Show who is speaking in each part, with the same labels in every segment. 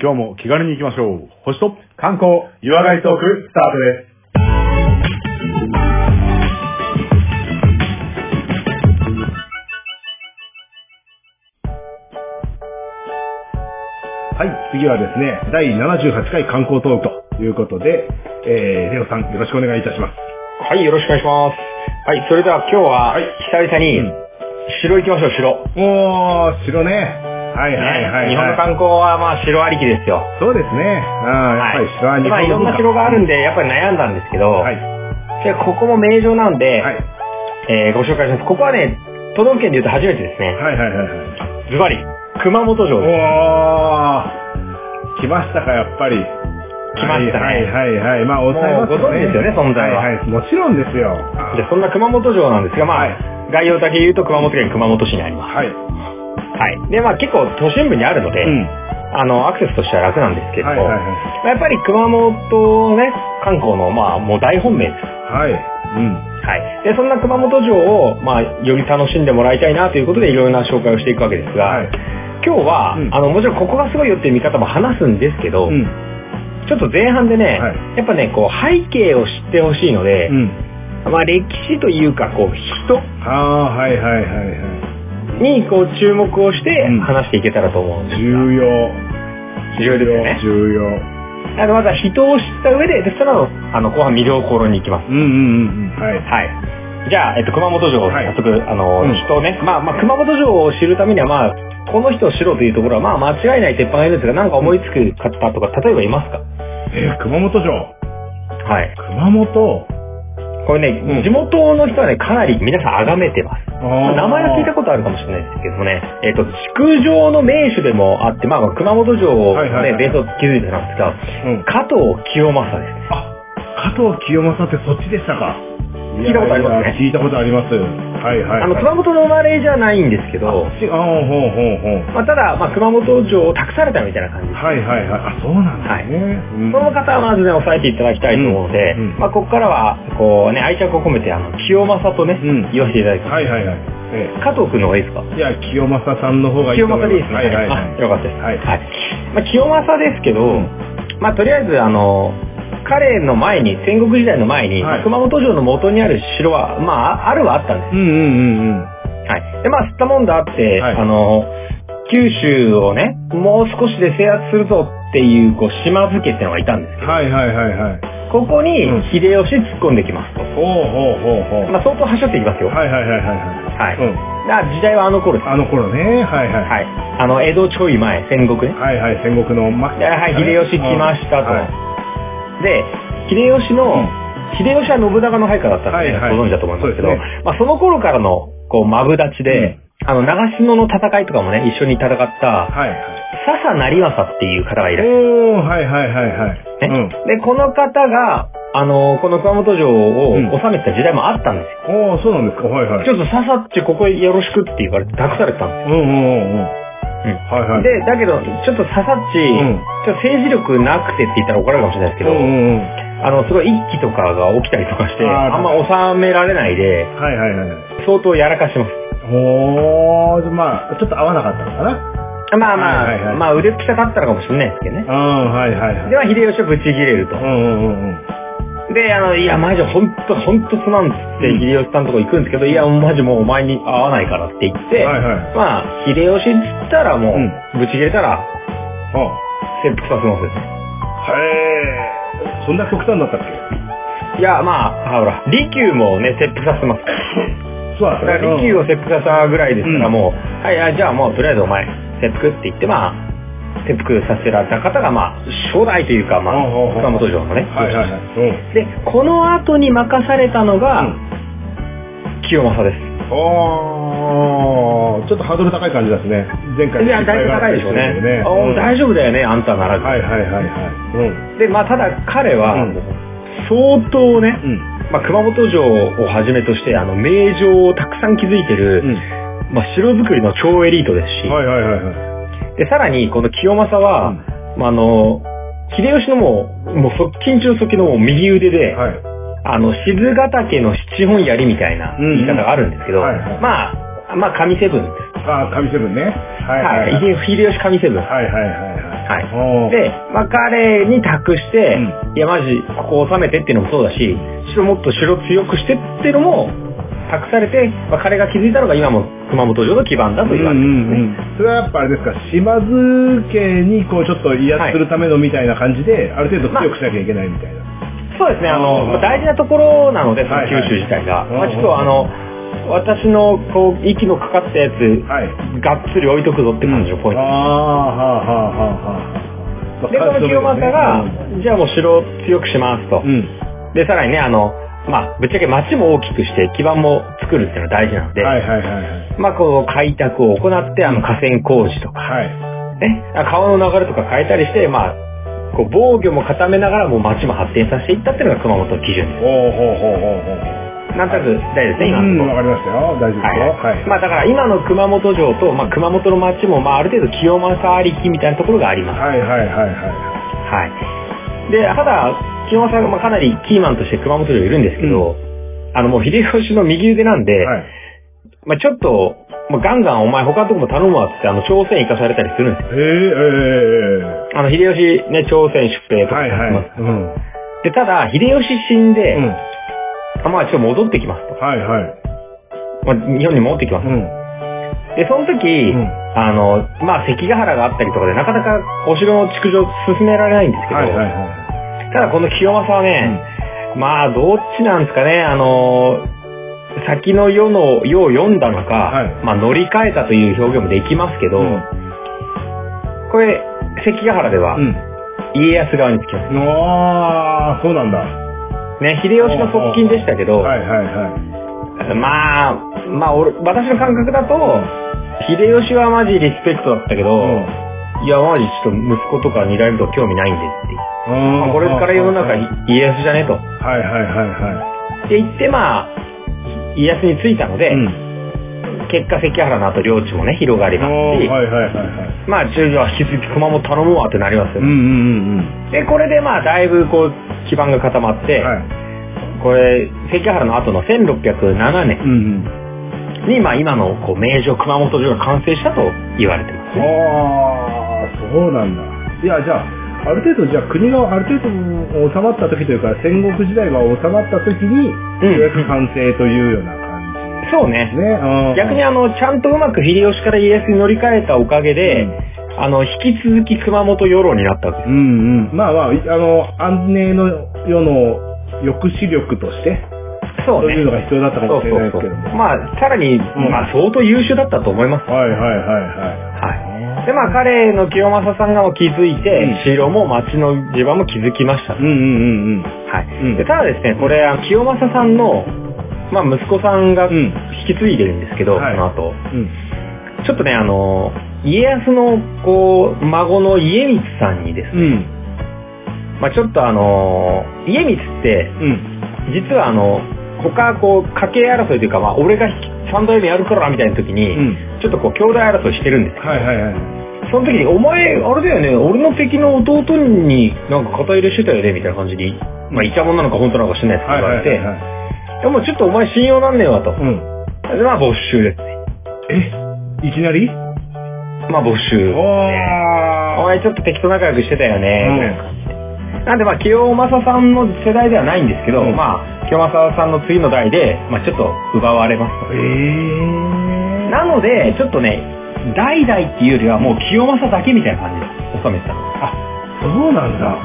Speaker 1: 今日も気軽に行きましょう。星と
Speaker 2: 観光、岩貝トーク、スタートです。はい、次はですね、第78回観光トークということで、えー、レオさんよろしくお願いいたします。
Speaker 3: はい、よろしくお願いします。はい、それでは今日は、久々に、城行きましょう、城。
Speaker 2: おー、城ね。はいはいはい、はい
Speaker 3: ね日本の観光はまあ城ありきですよ。
Speaker 2: そうですね。うん、やっぱり城は日
Speaker 3: まあいろ
Speaker 2: 本の文
Speaker 3: んな
Speaker 2: 化
Speaker 3: 城があるんで、やっぱり悩んだんですけど、
Speaker 2: はい。
Speaker 3: でここも名城なんで、
Speaker 2: はい。
Speaker 3: えーご紹介します。ここはね、都道府県で言うと初めてですね。
Speaker 2: はいはいはいはい。
Speaker 3: ズバリ、熊本城
Speaker 2: お
Speaker 3: です。
Speaker 2: ー、来ましたか、やっぱり。
Speaker 3: 来ましたね
Speaker 2: はいはいはいはい。まあ、お伝えますよね
Speaker 3: もうご存知ですよね存在は
Speaker 2: はいはい、もちろんですよ。
Speaker 3: で、そんな熊本城なんですが、まあ、
Speaker 2: はい
Speaker 3: 概要だけ言うと熊本県熊本市にあります。
Speaker 2: はい。
Speaker 3: はい。で、まあ結構都心部にあるので、
Speaker 2: うん。
Speaker 3: あの、アクセスとしては楽なんですけど、
Speaker 2: はいはいは
Speaker 3: まあやっぱり熊本ね、観光の、まあ、もう大本命です。
Speaker 2: い。はい。うん。
Speaker 3: はい。で、そんな熊本城を、まあ、より楽しんでもらいたいなということで、いろいろな紹介をしていくわけですが、
Speaker 2: はい。
Speaker 3: 今日は、
Speaker 2: うん
Speaker 3: あの、もちろんここがすごいよっていう見方も話すんですけど、
Speaker 2: うん。
Speaker 3: ちょっと前半でね、
Speaker 2: はい
Speaker 3: やっぱね、こう、背景を知ってほしいので
Speaker 2: う、ん。
Speaker 3: まあ、歴史というか、こう、人
Speaker 2: あー、はいはいはいはい。
Speaker 3: に、こう、注目をして
Speaker 2: うん
Speaker 3: 話していけたらと思うんですが、
Speaker 2: 重要。
Speaker 3: 重要ですよね。
Speaker 2: 重要。
Speaker 3: あの、まずは人を知った上で、で、その後、あの、後半、魅了を心に行きます。
Speaker 2: うんうんうんうん。はい。
Speaker 3: はい。じゃあ、えっと、熊本城、
Speaker 2: はい
Speaker 3: 早速、あの、
Speaker 2: うん
Speaker 3: 人をね、まあ、まあ、熊本城を知るためには、まあ、この人を知ろうというところは、まあ、間違いない鉄板がいるんですが、なんか思いつく方とか、例えばいますか
Speaker 2: えー、熊本城。
Speaker 3: はい。
Speaker 2: 熊本。
Speaker 3: これね、
Speaker 2: うん
Speaker 3: 地元の人はね、かなり皆さん崇めてます。
Speaker 2: あ
Speaker 3: まあ
Speaker 2: ー
Speaker 3: 名前は聞いたことあるかもしれないですけどもね、えっ、と、築城の名手でもあって、まあ、まあ熊本城を
Speaker 2: はい
Speaker 3: ね、
Speaker 2: はいはい
Speaker 3: ベースを築いてたんですが、
Speaker 2: うん。
Speaker 3: 加藤清正です。
Speaker 2: あ、加藤清正ってそっちでしたか。
Speaker 3: 聞いたことありま
Speaker 2: い
Speaker 3: すね
Speaker 2: やいや聞いたことあります。はいはいはい。
Speaker 3: あの、熊本の生まれじゃないんですけど、
Speaker 2: ちあほうほうほうほう。
Speaker 3: まあ、ただ、まあ、熊本城を託されたみたいな感じです
Speaker 2: はいはいはい。あ、そうなんですね。うん
Speaker 3: この方はまずね、押さえていただきたいと思うので、
Speaker 2: うんうん
Speaker 3: まあ、ここからは、こうね、愛着を込めて、あの、清正とね、
Speaker 2: うん
Speaker 3: 言わせていただきます。
Speaker 2: はいはいはい。え
Speaker 3: 加藤くんの方がいいですか
Speaker 2: えいや、清正さんの方がいいと
Speaker 3: 清
Speaker 2: 思います。
Speaker 3: 正でいいですね。
Speaker 2: はいはいはい
Speaker 3: あ、。よかったです。
Speaker 2: はい
Speaker 3: まあ、清正ですけど、まあ、とりあえず、あの、彼の前に、戦国時代の前に、
Speaker 2: はい
Speaker 3: まあ熊本城の元にある城は、まあ、ああるはあったんで
Speaker 2: うんうんうんうん。
Speaker 3: す。はい。で、まあ、吸ったもんだって、
Speaker 2: はい
Speaker 3: あの、九州をね、もう少しで制圧するぞっていう、こう、島津家ってのがいたんです。
Speaker 2: はいはいはいはい。
Speaker 3: ここに
Speaker 2: うん
Speaker 3: 秀吉突っ込んできますと。
Speaker 2: ほうほうほうほう。
Speaker 3: まあ、相当端折っていきますよ。
Speaker 2: はいはいはいはい
Speaker 3: はい。
Speaker 2: はい。う
Speaker 3: だ
Speaker 2: ん。
Speaker 3: から時代はあの頃です。
Speaker 2: あの頃ね。はいはい。
Speaker 3: はい。あの、江戸ちょい前、戦国ね。
Speaker 2: はいはい、戦国の末期
Speaker 3: ではい、秀吉来ましたと。
Speaker 2: はい
Speaker 3: で、秀吉の、
Speaker 2: うん
Speaker 3: 秀吉は信長の配下だったんで、
Speaker 2: はいはい
Speaker 3: ご存知だと思いますけど、
Speaker 2: そうです
Speaker 3: まあ、その頃からの、こう、マブダチで、あの、長篠の戦いとかもね、一緒に戦った、
Speaker 2: はいはい。
Speaker 3: 笹成政っていう方がいらっしゃる
Speaker 2: おー、はいはいはいはい。
Speaker 3: ね
Speaker 2: うん。
Speaker 3: で、この方が、あの、この熊本城を
Speaker 2: うん
Speaker 3: 治めてた時代もあったんですよ。
Speaker 2: おー、そうなんですか。はいはい。
Speaker 3: ちょっとささっちここよろしくって言われて託されてたん
Speaker 2: う
Speaker 3: で
Speaker 2: んうんうんうん。はいはい。
Speaker 3: す。で、だけど、ちょっとささっ
Speaker 2: う
Speaker 3: ち、
Speaker 2: ん
Speaker 3: ちょっと政治力なくてって言ったら怒られるかもしれないですけ
Speaker 2: う
Speaker 3: ど、
Speaker 2: んうんうん。
Speaker 3: あの、すごい一揆とかが起きたりとかして、
Speaker 2: あー
Speaker 3: あんま収められないで、
Speaker 2: はいはいはいはい。
Speaker 3: 相当やらかします。
Speaker 2: おー、まあ、ちょっと合わなかったのかな。
Speaker 3: まあまあ、
Speaker 2: はいはいはい
Speaker 3: まあ腕っぷしゃかったのかもしれないですけどね。
Speaker 2: うん、はいはいはい。
Speaker 3: では、秀吉をぶち切れると
Speaker 2: う。んうんうんうん。
Speaker 3: で、あの、いや、マジほんと、ほんとすまんっつって、
Speaker 2: うん
Speaker 3: 秀吉さんのとこ行くんですけど、いや、マジもうお前に会わないからって言って、
Speaker 2: はいはい。
Speaker 3: まあ、秀吉っつったらもう、
Speaker 2: うん
Speaker 3: ぶち切れたら、
Speaker 2: あ
Speaker 3: 切腹させますよ
Speaker 2: へ
Speaker 3: ね。
Speaker 2: え。そんな極端だったっけ
Speaker 3: いや、まあ、ほら、利休もね、切腹させます。
Speaker 2: そうだ
Speaker 3: だ
Speaker 2: った
Speaker 3: から、利休を
Speaker 2: を。
Speaker 3: 切腹させたぐらいですから、
Speaker 2: うん
Speaker 3: もう、はい、はいじゃあもう、とりあえずお前、切腹って言って、まあ、切腹させられた方が、まあ、初代というか、まあ、
Speaker 2: ほうほうほう
Speaker 3: 熊本城のね、
Speaker 2: はいはいはい。うん。
Speaker 3: で、この後に任されたのが、
Speaker 2: うん
Speaker 3: 清正です。
Speaker 2: おー、ちょっとハードル高い感じですね。前回
Speaker 3: いや、だいぶ高いでしょうね。おー大
Speaker 2: 丈
Speaker 3: 丈夫だよね、あんたならず。
Speaker 2: はいはいはいはい。うん。
Speaker 3: で、まあ、ただ彼は、
Speaker 2: うん
Speaker 3: 相当ね、
Speaker 2: うん。
Speaker 3: まあ、熊本城をはじめとして、あの、名城をたくさん築いてる、
Speaker 2: うん。
Speaker 3: まあ、城作りの超エリートですし、
Speaker 2: はいはいはいはい。
Speaker 3: で、さらに、この清正は、
Speaker 2: うん
Speaker 3: まあ、あの、秀吉のもう、もう側近中の側近のもう右腕で、
Speaker 2: はい。
Speaker 3: あの、静ヶ岳の七本槍みたいな
Speaker 2: うんうん
Speaker 3: 言い方があるんですけど、
Speaker 2: はいはい
Speaker 3: まあ、まあ、神セブンです。
Speaker 2: あー、神セブンね。はい
Speaker 3: は
Speaker 2: はいいはい。
Speaker 3: 秀秀吉神セブン。はい。
Speaker 2: はいはいはいはい。
Speaker 3: はい。
Speaker 2: おー
Speaker 3: で、まあ、彼に託して、
Speaker 2: う
Speaker 3: いや、マジ、ここ収めてっていうのもそうだし、白もっと白強くしてっていうのも、託されて、まあ、彼が気づいたのが今も熊本城の基盤だと
Speaker 2: うんう
Speaker 3: 言われて
Speaker 2: んうん。それはやっぱあれですか、島津家にこうちょっと威圧するためのみたいな感じで、ある程度強くしなきゃいけないみたいな。
Speaker 3: そうですね、あの、
Speaker 2: うん
Speaker 3: まあ大事なところなので、その
Speaker 2: はいは
Speaker 3: 九
Speaker 2: い
Speaker 3: 州自体が。
Speaker 2: うん
Speaker 3: まあ、ちょっとあの、私の、こう、息のかかったやつ、
Speaker 2: はい。
Speaker 3: がっつり置いとくぞって感じのポイン
Speaker 2: あ
Speaker 3: ト。
Speaker 2: あ、はあはあはあはあ。
Speaker 3: で、この清正が、じゃあもう城を強くしますと
Speaker 2: う。ん。
Speaker 3: で、さらにね、あの、まあ、ぶっちゃけ町も大きくして、基盤も作るっていうのは大事なので、
Speaker 2: はいはいはいはい。
Speaker 3: まあ、こう、開拓を行って、あの、河川工事とか、
Speaker 2: はい。
Speaker 3: ね、川の流れとか変えたりして、まあ、こう、防御も固めながら、もう町も発展させていったっていうのが熊本の基準で
Speaker 2: おおほうほうほうほう。
Speaker 3: す。なんとなく大事ですね、今
Speaker 2: う
Speaker 3: の
Speaker 2: ん、
Speaker 3: とこ
Speaker 2: わか
Speaker 3: ろ。
Speaker 2: りましたよ。大丈夫ですよ。
Speaker 3: は、
Speaker 2: はいい。
Speaker 3: まあだから今の熊本城と、まあ、熊本の町も、まあ、ある程度清正ありきみたいなところがあります。
Speaker 2: はいはいはいは
Speaker 3: はい。で、ただ、清正がまあかなりキーマンとして熊本城いるんですけど、あのもう秀吉の右腕なんで、
Speaker 2: い。はい。
Speaker 3: まあちょっと、まあ、ガンガンお前他のとこも頼むわっつって、あの、朝鮮行かされたりするんですよ。
Speaker 2: えええ
Speaker 3: あの、秀吉ね、朝鮮出兵
Speaker 2: え
Speaker 3: とか
Speaker 2: はい
Speaker 3: やって
Speaker 2: はい。
Speaker 3: ます。
Speaker 2: うん。うん。
Speaker 3: で、ただ、秀吉死んで、まあちょっと戻ってきますと。
Speaker 2: はいはい。
Speaker 3: まあ、日本に戻ってきます。
Speaker 2: うん。
Speaker 3: で、その時、
Speaker 2: ん
Speaker 3: あの、まあ関ヶ原があったりとかで、なかなかお城の築城進められないんですけど、
Speaker 2: はいはいは
Speaker 3: ただこの清正はね、まあどっちなんですかね、あのー先の世の世を読んだのか、
Speaker 2: はい
Speaker 3: まあ乗り換えたという表現もできますけど、
Speaker 2: うん。、
Speaker 3: これ、関ヶ原ではい
Speaker 2: うん。
Speaker 3: 家康側につきま
Speaker 2: ああ、そうなんだ。
Speaker 3: す。ね、秀吉の側近でしたけど、
Speaker 2: はいはいはい。
Speaker 3: まあ、まあ俺、私の感覚だと、秀吉はマジリスペクトだったけど、
Speaker 2: うん
Speaker 3: いや、マジちょっと息子とか二代目とか興味ないんでって。まあ、これから世の中
Speaker 2: はい
Speaker 3: に家康じゃねと。
Speaker 2: はいはいは
Speaker 3: って言って、まあ、家康についたので、
Speaker 2: い。うん。
Speaker 3: 結果関ヶ原の後領地もね、広がり
Speaker 2: あ
Speaker 3: ま
Speaker 2: あ、
Speaker 3: す
Speaker 2: はい
Speaker 3: し、
Speaker 2: はいはいはい。
Speaker 3: まあ中将は引き続き熊本頼むわってなります
Speaker 2: う
Speaker 3: よ
Speaker 2: んう
Speaker 3: ね、
Speaker 2: んうん
Speaker 3: で、これでまあだいぶこう、基盤が固まっ
Speaker 2: う
Speaker 3: て、
Speaker 2: ん。はい。
Speaker 3: これ、関ヶ原の後の1607
Speaker 2: う
Speaker 3: 年
Speaker 2: んうん。
Speaker 3: に、まあ今のこう名城熊本城が完成したと言われてます
Speaker 2: あ
Speaker 3: ね。
Speaker 2: あ、そうなんだ。いや、じゃあ、ある程度、じゃあ国がある程度収まった時というか、戦国時代が収まった時に、
Speaker 3: う
Speaker 2: よ
Speaker 3: ん
Speaker 2: うやく完成というような感
Speaker 3: そう
Speaker 2: じ
Speaker 3: ね。
Speaker 2: ですね。うん
Speaker 3: 逆にあの、ちゃんとうまく秀吉から家康に乗り換えたおかげで、
Speaker 2: うん
Speaker 3: あの、引き続き熊本世論になったわけです。
Speaker 2: うんうん。まあまあ、いあの、安寧の世の抑止力として、
Speaker 3: そ
Speaker 2: そういうのが必要だったか
Speaker 3: そ
Speaker 2: も
Speaker 3: う
Speaker 2: しれないです
Speaker 3: そう
Speaker 2: け
Speaker 3: そ
Speaker 2: ど
Speaker 3: う
Speaker 2: も。。
Speaker 3: まあ、さらに、まあ、相当優秀だったと思います。
Speaker 2: はいはいはいはい。
Speaker 3: はい。で、まあ、彼の清正さんが気づいて、
Speaker 2: うん
Speaker 3: 城も町の地盤も気づきました。
Speaker 2: うんうんうんうん。
Speaker 3: はい、
Speaker 2: うん
Speaker 3: で。ただですね、これ、あの清正さんの、まあ、息子さんが
Speaker 2: う
Speaker 3: 引
Speaker 2: ん
Speaker 3: き継いでるんですけど、
Speaker 2: はい
Speaker 3: その後。
Speaker 2: うん。
Speaker 3: ちょっとね、あの、家康の、こう、孫の家光さんにです
Speaker 2: う
Speaker 3: ね、
Speaker 2: ん。
Speaker 3: まあ、ちょっとあの、家光って、
Speaker 2: うん。
Speaker 3: 実はあの、他、こう、家系争いというか、まあ、俺が三代目やるから、みたいな時に、
Speaker 2: うん。
Speaker 3: ちょっとこう、兄弟争いしてるんですよ
Speaker 2: はいはいはい。
Speaker 3: その時に、お前、あれだよね、俺の敵の弟になんか肩入れしてたよね、みたいな感じに、まあ、イチャモンなのか本当なのか知んないですけ
Speaker 2: は
Speaker 3: ど、
Speaker 2: いは
Speaker 3: 言われ
Speaker 2: いはい
Speaker 3: て、
Speaker 2: はい。
Speaker 3: でもちょっとお前信用なんねえわと。
Speaker 2: うん。
Speaker 3: で、まあ、没収ですね。
Speaker 2: えいきなり
Speaker 3: まあ、没収。お
Speaker 2: おー。
Speaker 3: 前ちょっと敵と仲良くしてたよね、みたい
Speaker 2: うん
Speaker 3: な感じで。なんで、まあ、清正さんの世代ではないんですけど、
Speaker 2: うん
Speaker 3: まあ、清正さんの次の代で、まあ、ちょっと奪われます。
Speaker 2: えー。
Speaker 3: なので、ちょっとね、代々っていうよりはもう清正だけみたいな感じで収めてた。
Speaker 2: あ、そうなんだ。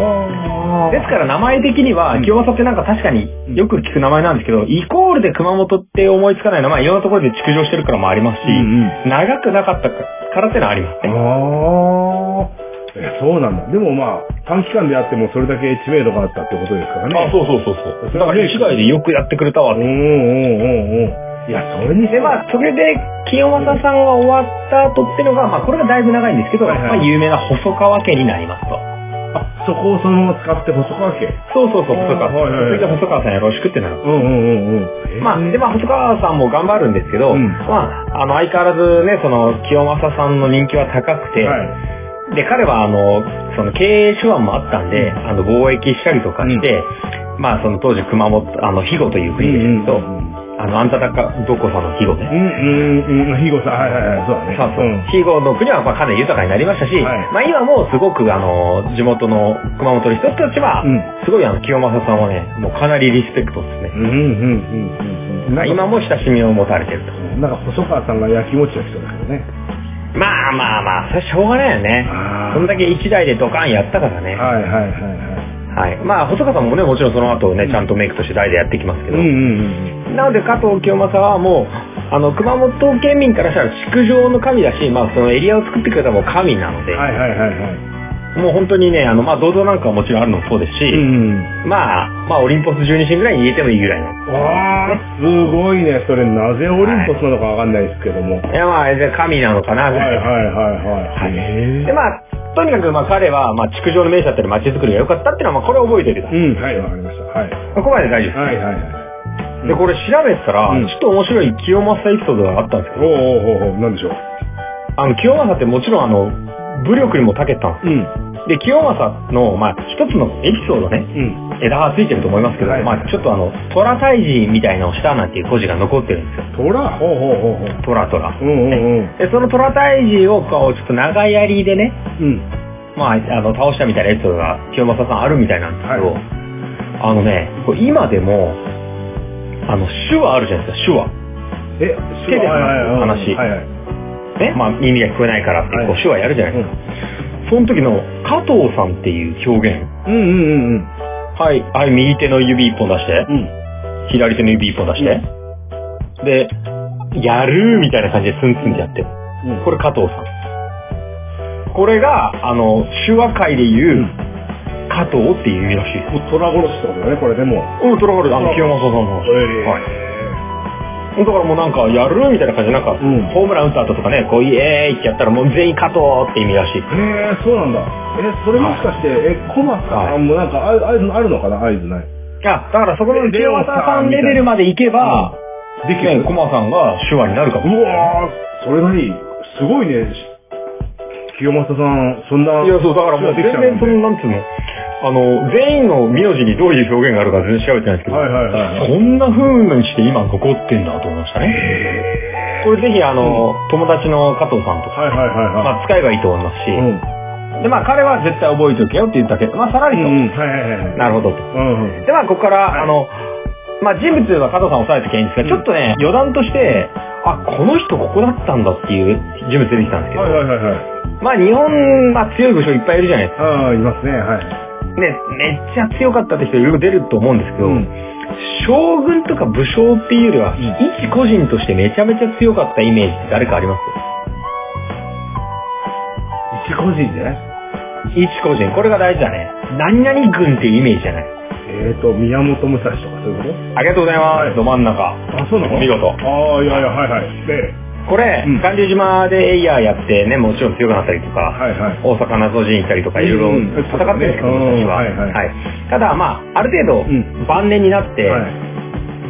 Speaker 2: は
Speaker 3: ですから名前的には、
Speaker 2: うん
Speaker 3: 清正ってなんか確かによく聞く名前なんですけど、イコールで熊本って思いつかない名前、いろんなところで築城してるからもありますし、
Speaker 2: うん
Speaker 3: 長くなかったからってのはありますね。
Speaker 2: ああ。え、そうなんだ。でもまあ、短期間であってもそれだけ知名度があったってことですからね。
Speaker 3: そうそうそう
Speaker 2: そう
Speaker 3: だから、市外でよくやってくれたわ
Speaker 2: うん
Speaker 3: って。
Speaker 2: うんうんうん。いや、それにして
Speaker 3: で、
Speaker 2: も
Speaker 3: まあ、それで、清正さんが終わった後ってのが、まあ、これがだいぶ長いんですけど、
Speaker 2: はいはい
Speaker 3: まあ、有名な細川家になりますと。
Speaker 2: あ、そこをそのまま使って細川家。
Speaker 3: そうそうそう、細川さん。
Speaker 2: はいはいはい
Speaker 3: それで細川さんよろしくってな
Speaker 2: うん
Speaker 3: る。
Speaker 2: うんうんうん。
Speaker 3: まあ、で、まあ、細川さんも頑張るんですけど、
Speaker 2: うん
Speaker 3: まあ、あの、相変わらずね、その、清正さんの人気は高くて、
Speaker 2: はい。
Speaker 3: で、彼は、あの、その、経営手腕もあったんで、あの、貿易したりとかして、まあ、その当時、熊本、あの、肥後という国ですけ
Speaker 2: う
Speaker 3: ど、
Speaker 2: んうんうん
Speaker 3: あの、あんたたかどこさんの季語ね。
Speaker 2: うん、うん、うん、ひごさん、はいはいはい、そうだね。
Speaker 3: そうそう。季語の国はまあかなり豊かになりましたし、
Speaker 2: はい
Speaker 3: まあ今もうすごくあの、地元の熊本の人たちは、
Speaker 2: うん
Speaker 3: すごいあの、清正さんはね、もうかなりリスペクトですね。
Speaker 2: うん、うん、うん、うん。
Speaker 3: まあ今も親しみを持たれてると。
Speaker 2: なんか細川さんが焼き餅をしてたんですけどね。
Speaker 3: まあまあまあ、それしょうがないよね
Speaker 2: あ。ー
Speaker 3: そんだけ一台でドカンやったからね。
Speaker 2: はいはいはいはい。
Speaker 3: はい。まあ、細川さんもね、もちろんその後ね、ちゃんとメイクとして代でやってきますけ
Speaker 2: うん
Speaker 3: ど。
Speaker 2: うん
Speaker 3: なので、加藤清正はもう、あの、熊本県民からしたら築城の神だし、まあ、そのエリアを作ってくれたもう神なの
Speaker 2: う
Speaker 3: で、
Speaker 2: ん。はいはいはいはい。
Speaker 3: もう本当にね、あの、まあ、銅像なんかはもちろんあるのもそうですし、
Speaker 2: うん。
Speaker 3: まあ、まあ、オリンポス12神ぐらいに入れてもいいぐらいの。
Speaker 2: わあ、すごいね。それなぜオリンポスなのかわかんないですけども。はい
Speaker 3: いや、まあ、じゃあ神なのか
Speaker 2: は
Speaker 3: な、ぐ
Speaker 2: い
Speaker 3: らい。
Speaker 2: はいはい。へ
Speaker 3: で、まあ、とにかく、まあ、彼は、まあ、築城の名手だったり、街づくりが良かったっていうのは、まあ、これを覚えておいてく
Speaker 2: う
Speaker 3: ださい。
Speaker 2: ん、はい、わかりました。はい。
Speaker 3: ここまで大丈夫です。
Speaker 2: はいはいはい。
Speaker 3: で、これ調べてたら、
Speaker 2: うん
Speaker 3: ちょっと面白い清正エピソードがあったんですけ
Speaker 2: おう
Speaker 3: ど、
Speaker 2: おうおうおう、なんでしょう。
Speaker 3: あの、清正ってもちろんあの、武力にも長けてたんで
Speaker 2: うん。
Speaker 3: す。で、清正の、まあ、一つのエピソードね、
Speaker 2: うん。
Speaker 3: 枝がついてると思いますけど、
Speaker 2: はい
Speaker 3: まあ、ちょっとあの、虎退治みたいなのをしたなんていう故事が残ってるんですよ。
Speaker 2: 虎ほうほうほうほう。
Speaker 3: 虎虎。
Speaker 2: うんうんうん。
Speaker 3: で、その虎退治をこう、ちょっと長槍でね、
Speaker 2: うん。
Speaker 3: まあ、あの、倒したみたいなエピソードが清正さんあるみたいなんですけど、
Speaker 2: は
Speaker 3: あのね、これ今でも、あの、手話あるじゃないですか、手話。
Speaker 2: え、
Speaker 3: 手で話す
Speaker 2: はいはいはい
Speaker 3: 話
Speaker 2: はいはい。
Speaker 3: ね、まあ耳が聞こえないからって、こう
Speaker 2: はい
Speaker 3: 手話やるじゃないですか。その時の加藤さんっていう表現。
Speaker 2: うんうんうんうん。
Speaker 3: はい、はい、右手の指一本出して、
Speaker 2: うん。
Speaker 3: 左手の指一本出して、で、やるーみたいな感じでスンスンってやってる。
Speaker 2: うん
Speaker 3: これ加藤さん。これが、あの、手話界で言う、
Speaker 2: うん
Speaker 3: 加藤っていう意味らしいです。
Speaker 2: 虎殺しってことだね、これでも。
Speaker 3: うん、トラフル、あの、清正さんの話。はい。だからもうなんか、やるーみたいな感じで、なんか、
Speaker 2: ん
Speaker 3: ホームラン打った後とかね、こう、イエーイってやったらもう全員加藤って意味らしいです。
Speaker 2: へえ、そうなんだ。え、それもしかして、え、小松
Speaker 3: はい
Speaker 2: さんもうなんか、あ合図あるのかな合図ない。
Speaker 3: あ、だからそこの
Speaker 2: レ
Speaker 3: 清
Speaker 2: オ
Speaker 3: 正さ
Speaker 2: さ
Speaker 3: ん
Speaker 2: ん
Speaker 3: レベルまで行けば、
Speaker 2: できる
Speaker 3: ね、コマさんが手話になるかも。
Speaker 2: うわー、それなり、すごいね。し清正さん、そんな。
Speaker 3: いや、そう、だからもう全然その、なんつうの、あの、全員の名字にどういう表現があるか全然調べてないですけど、
Speaker 2: はいはいはいはい
Speaker 3: そんな風にして今残ってんだと思いましたね。
Speaker 2: へ
Speaker 3: これぜひあの、友達の加藤さんと
Speaker 2: ー
Speaker 3: か、
Speaker 2: はいはいはいは
Speaker 3: まあ使えばいいと思いますし、
Speaker 2: い。うん。
Speaker 3: で、まあ彼は絶対覚えておけよって言ったけど、まあさらりと、
Speaker 2: うん、はいはいはいはい。
Speaker 3: なるほどと。
Speaker 2: うん。
Speaker 3: で、まあここから、あの、まあ人物は加藤さんを抑えてきゃいいんですが、
Speaker 2: うん
Speaker 3: ちょっとね、余談として、あ、この人ここだったんだっていう人物出てきたんですけど、
Speaker 2: はいはいはいはい。
Speaker 3: まあ日本、まあ強い武将いっぱいいるじゃないです
Speaker 2: ああ、いますね、はい。
Speaker 3: か。ね、めっちゃ強かったって人いろいろ出ると思うんですけど、
Speaker 2: うん。
Speaker 3: 将軍とか武将っていうよりは、
Speaker 2: ん
Speaker 3: 一個人としてめちゃめちゃ強かったイメージって誰かあります
Speaker 2: 一個人で
Speaker 3: 一個人。これが大事だね。何々軍っていうイメージじゃない。
Speaker 2: えーと、宮本武蔵とかそういうこ
Speaker 3: ありがとうございます。
Speaker 2: はい
Speaker 3: ど真ん中。
Speaker 2: とあ、そうなの
Speaker 3: お見事
Speaker 2: ああ、いやいや、はいはい。で、
Speaker 3: これ、
Speaker 2: うん
Speaker 3: 巌流島でエイヤーやってね、もちろん強くなったりとか、
Speaker 2: はいはい。
Speaker 3: 大阪謎人行ったりとかいろ
Speaker 2: う
Speaker 3: い
Speaker 2: ん
Speaker 3: ろ戦ってるんですけど、
Speaker 2: うん
Speaker 3: 私は、
Speaker 2: はいはい
Speaker 3: ただまあある程
Speaker 2: う
Speaker 3: 度晩年になって、
Speaker 2: はい。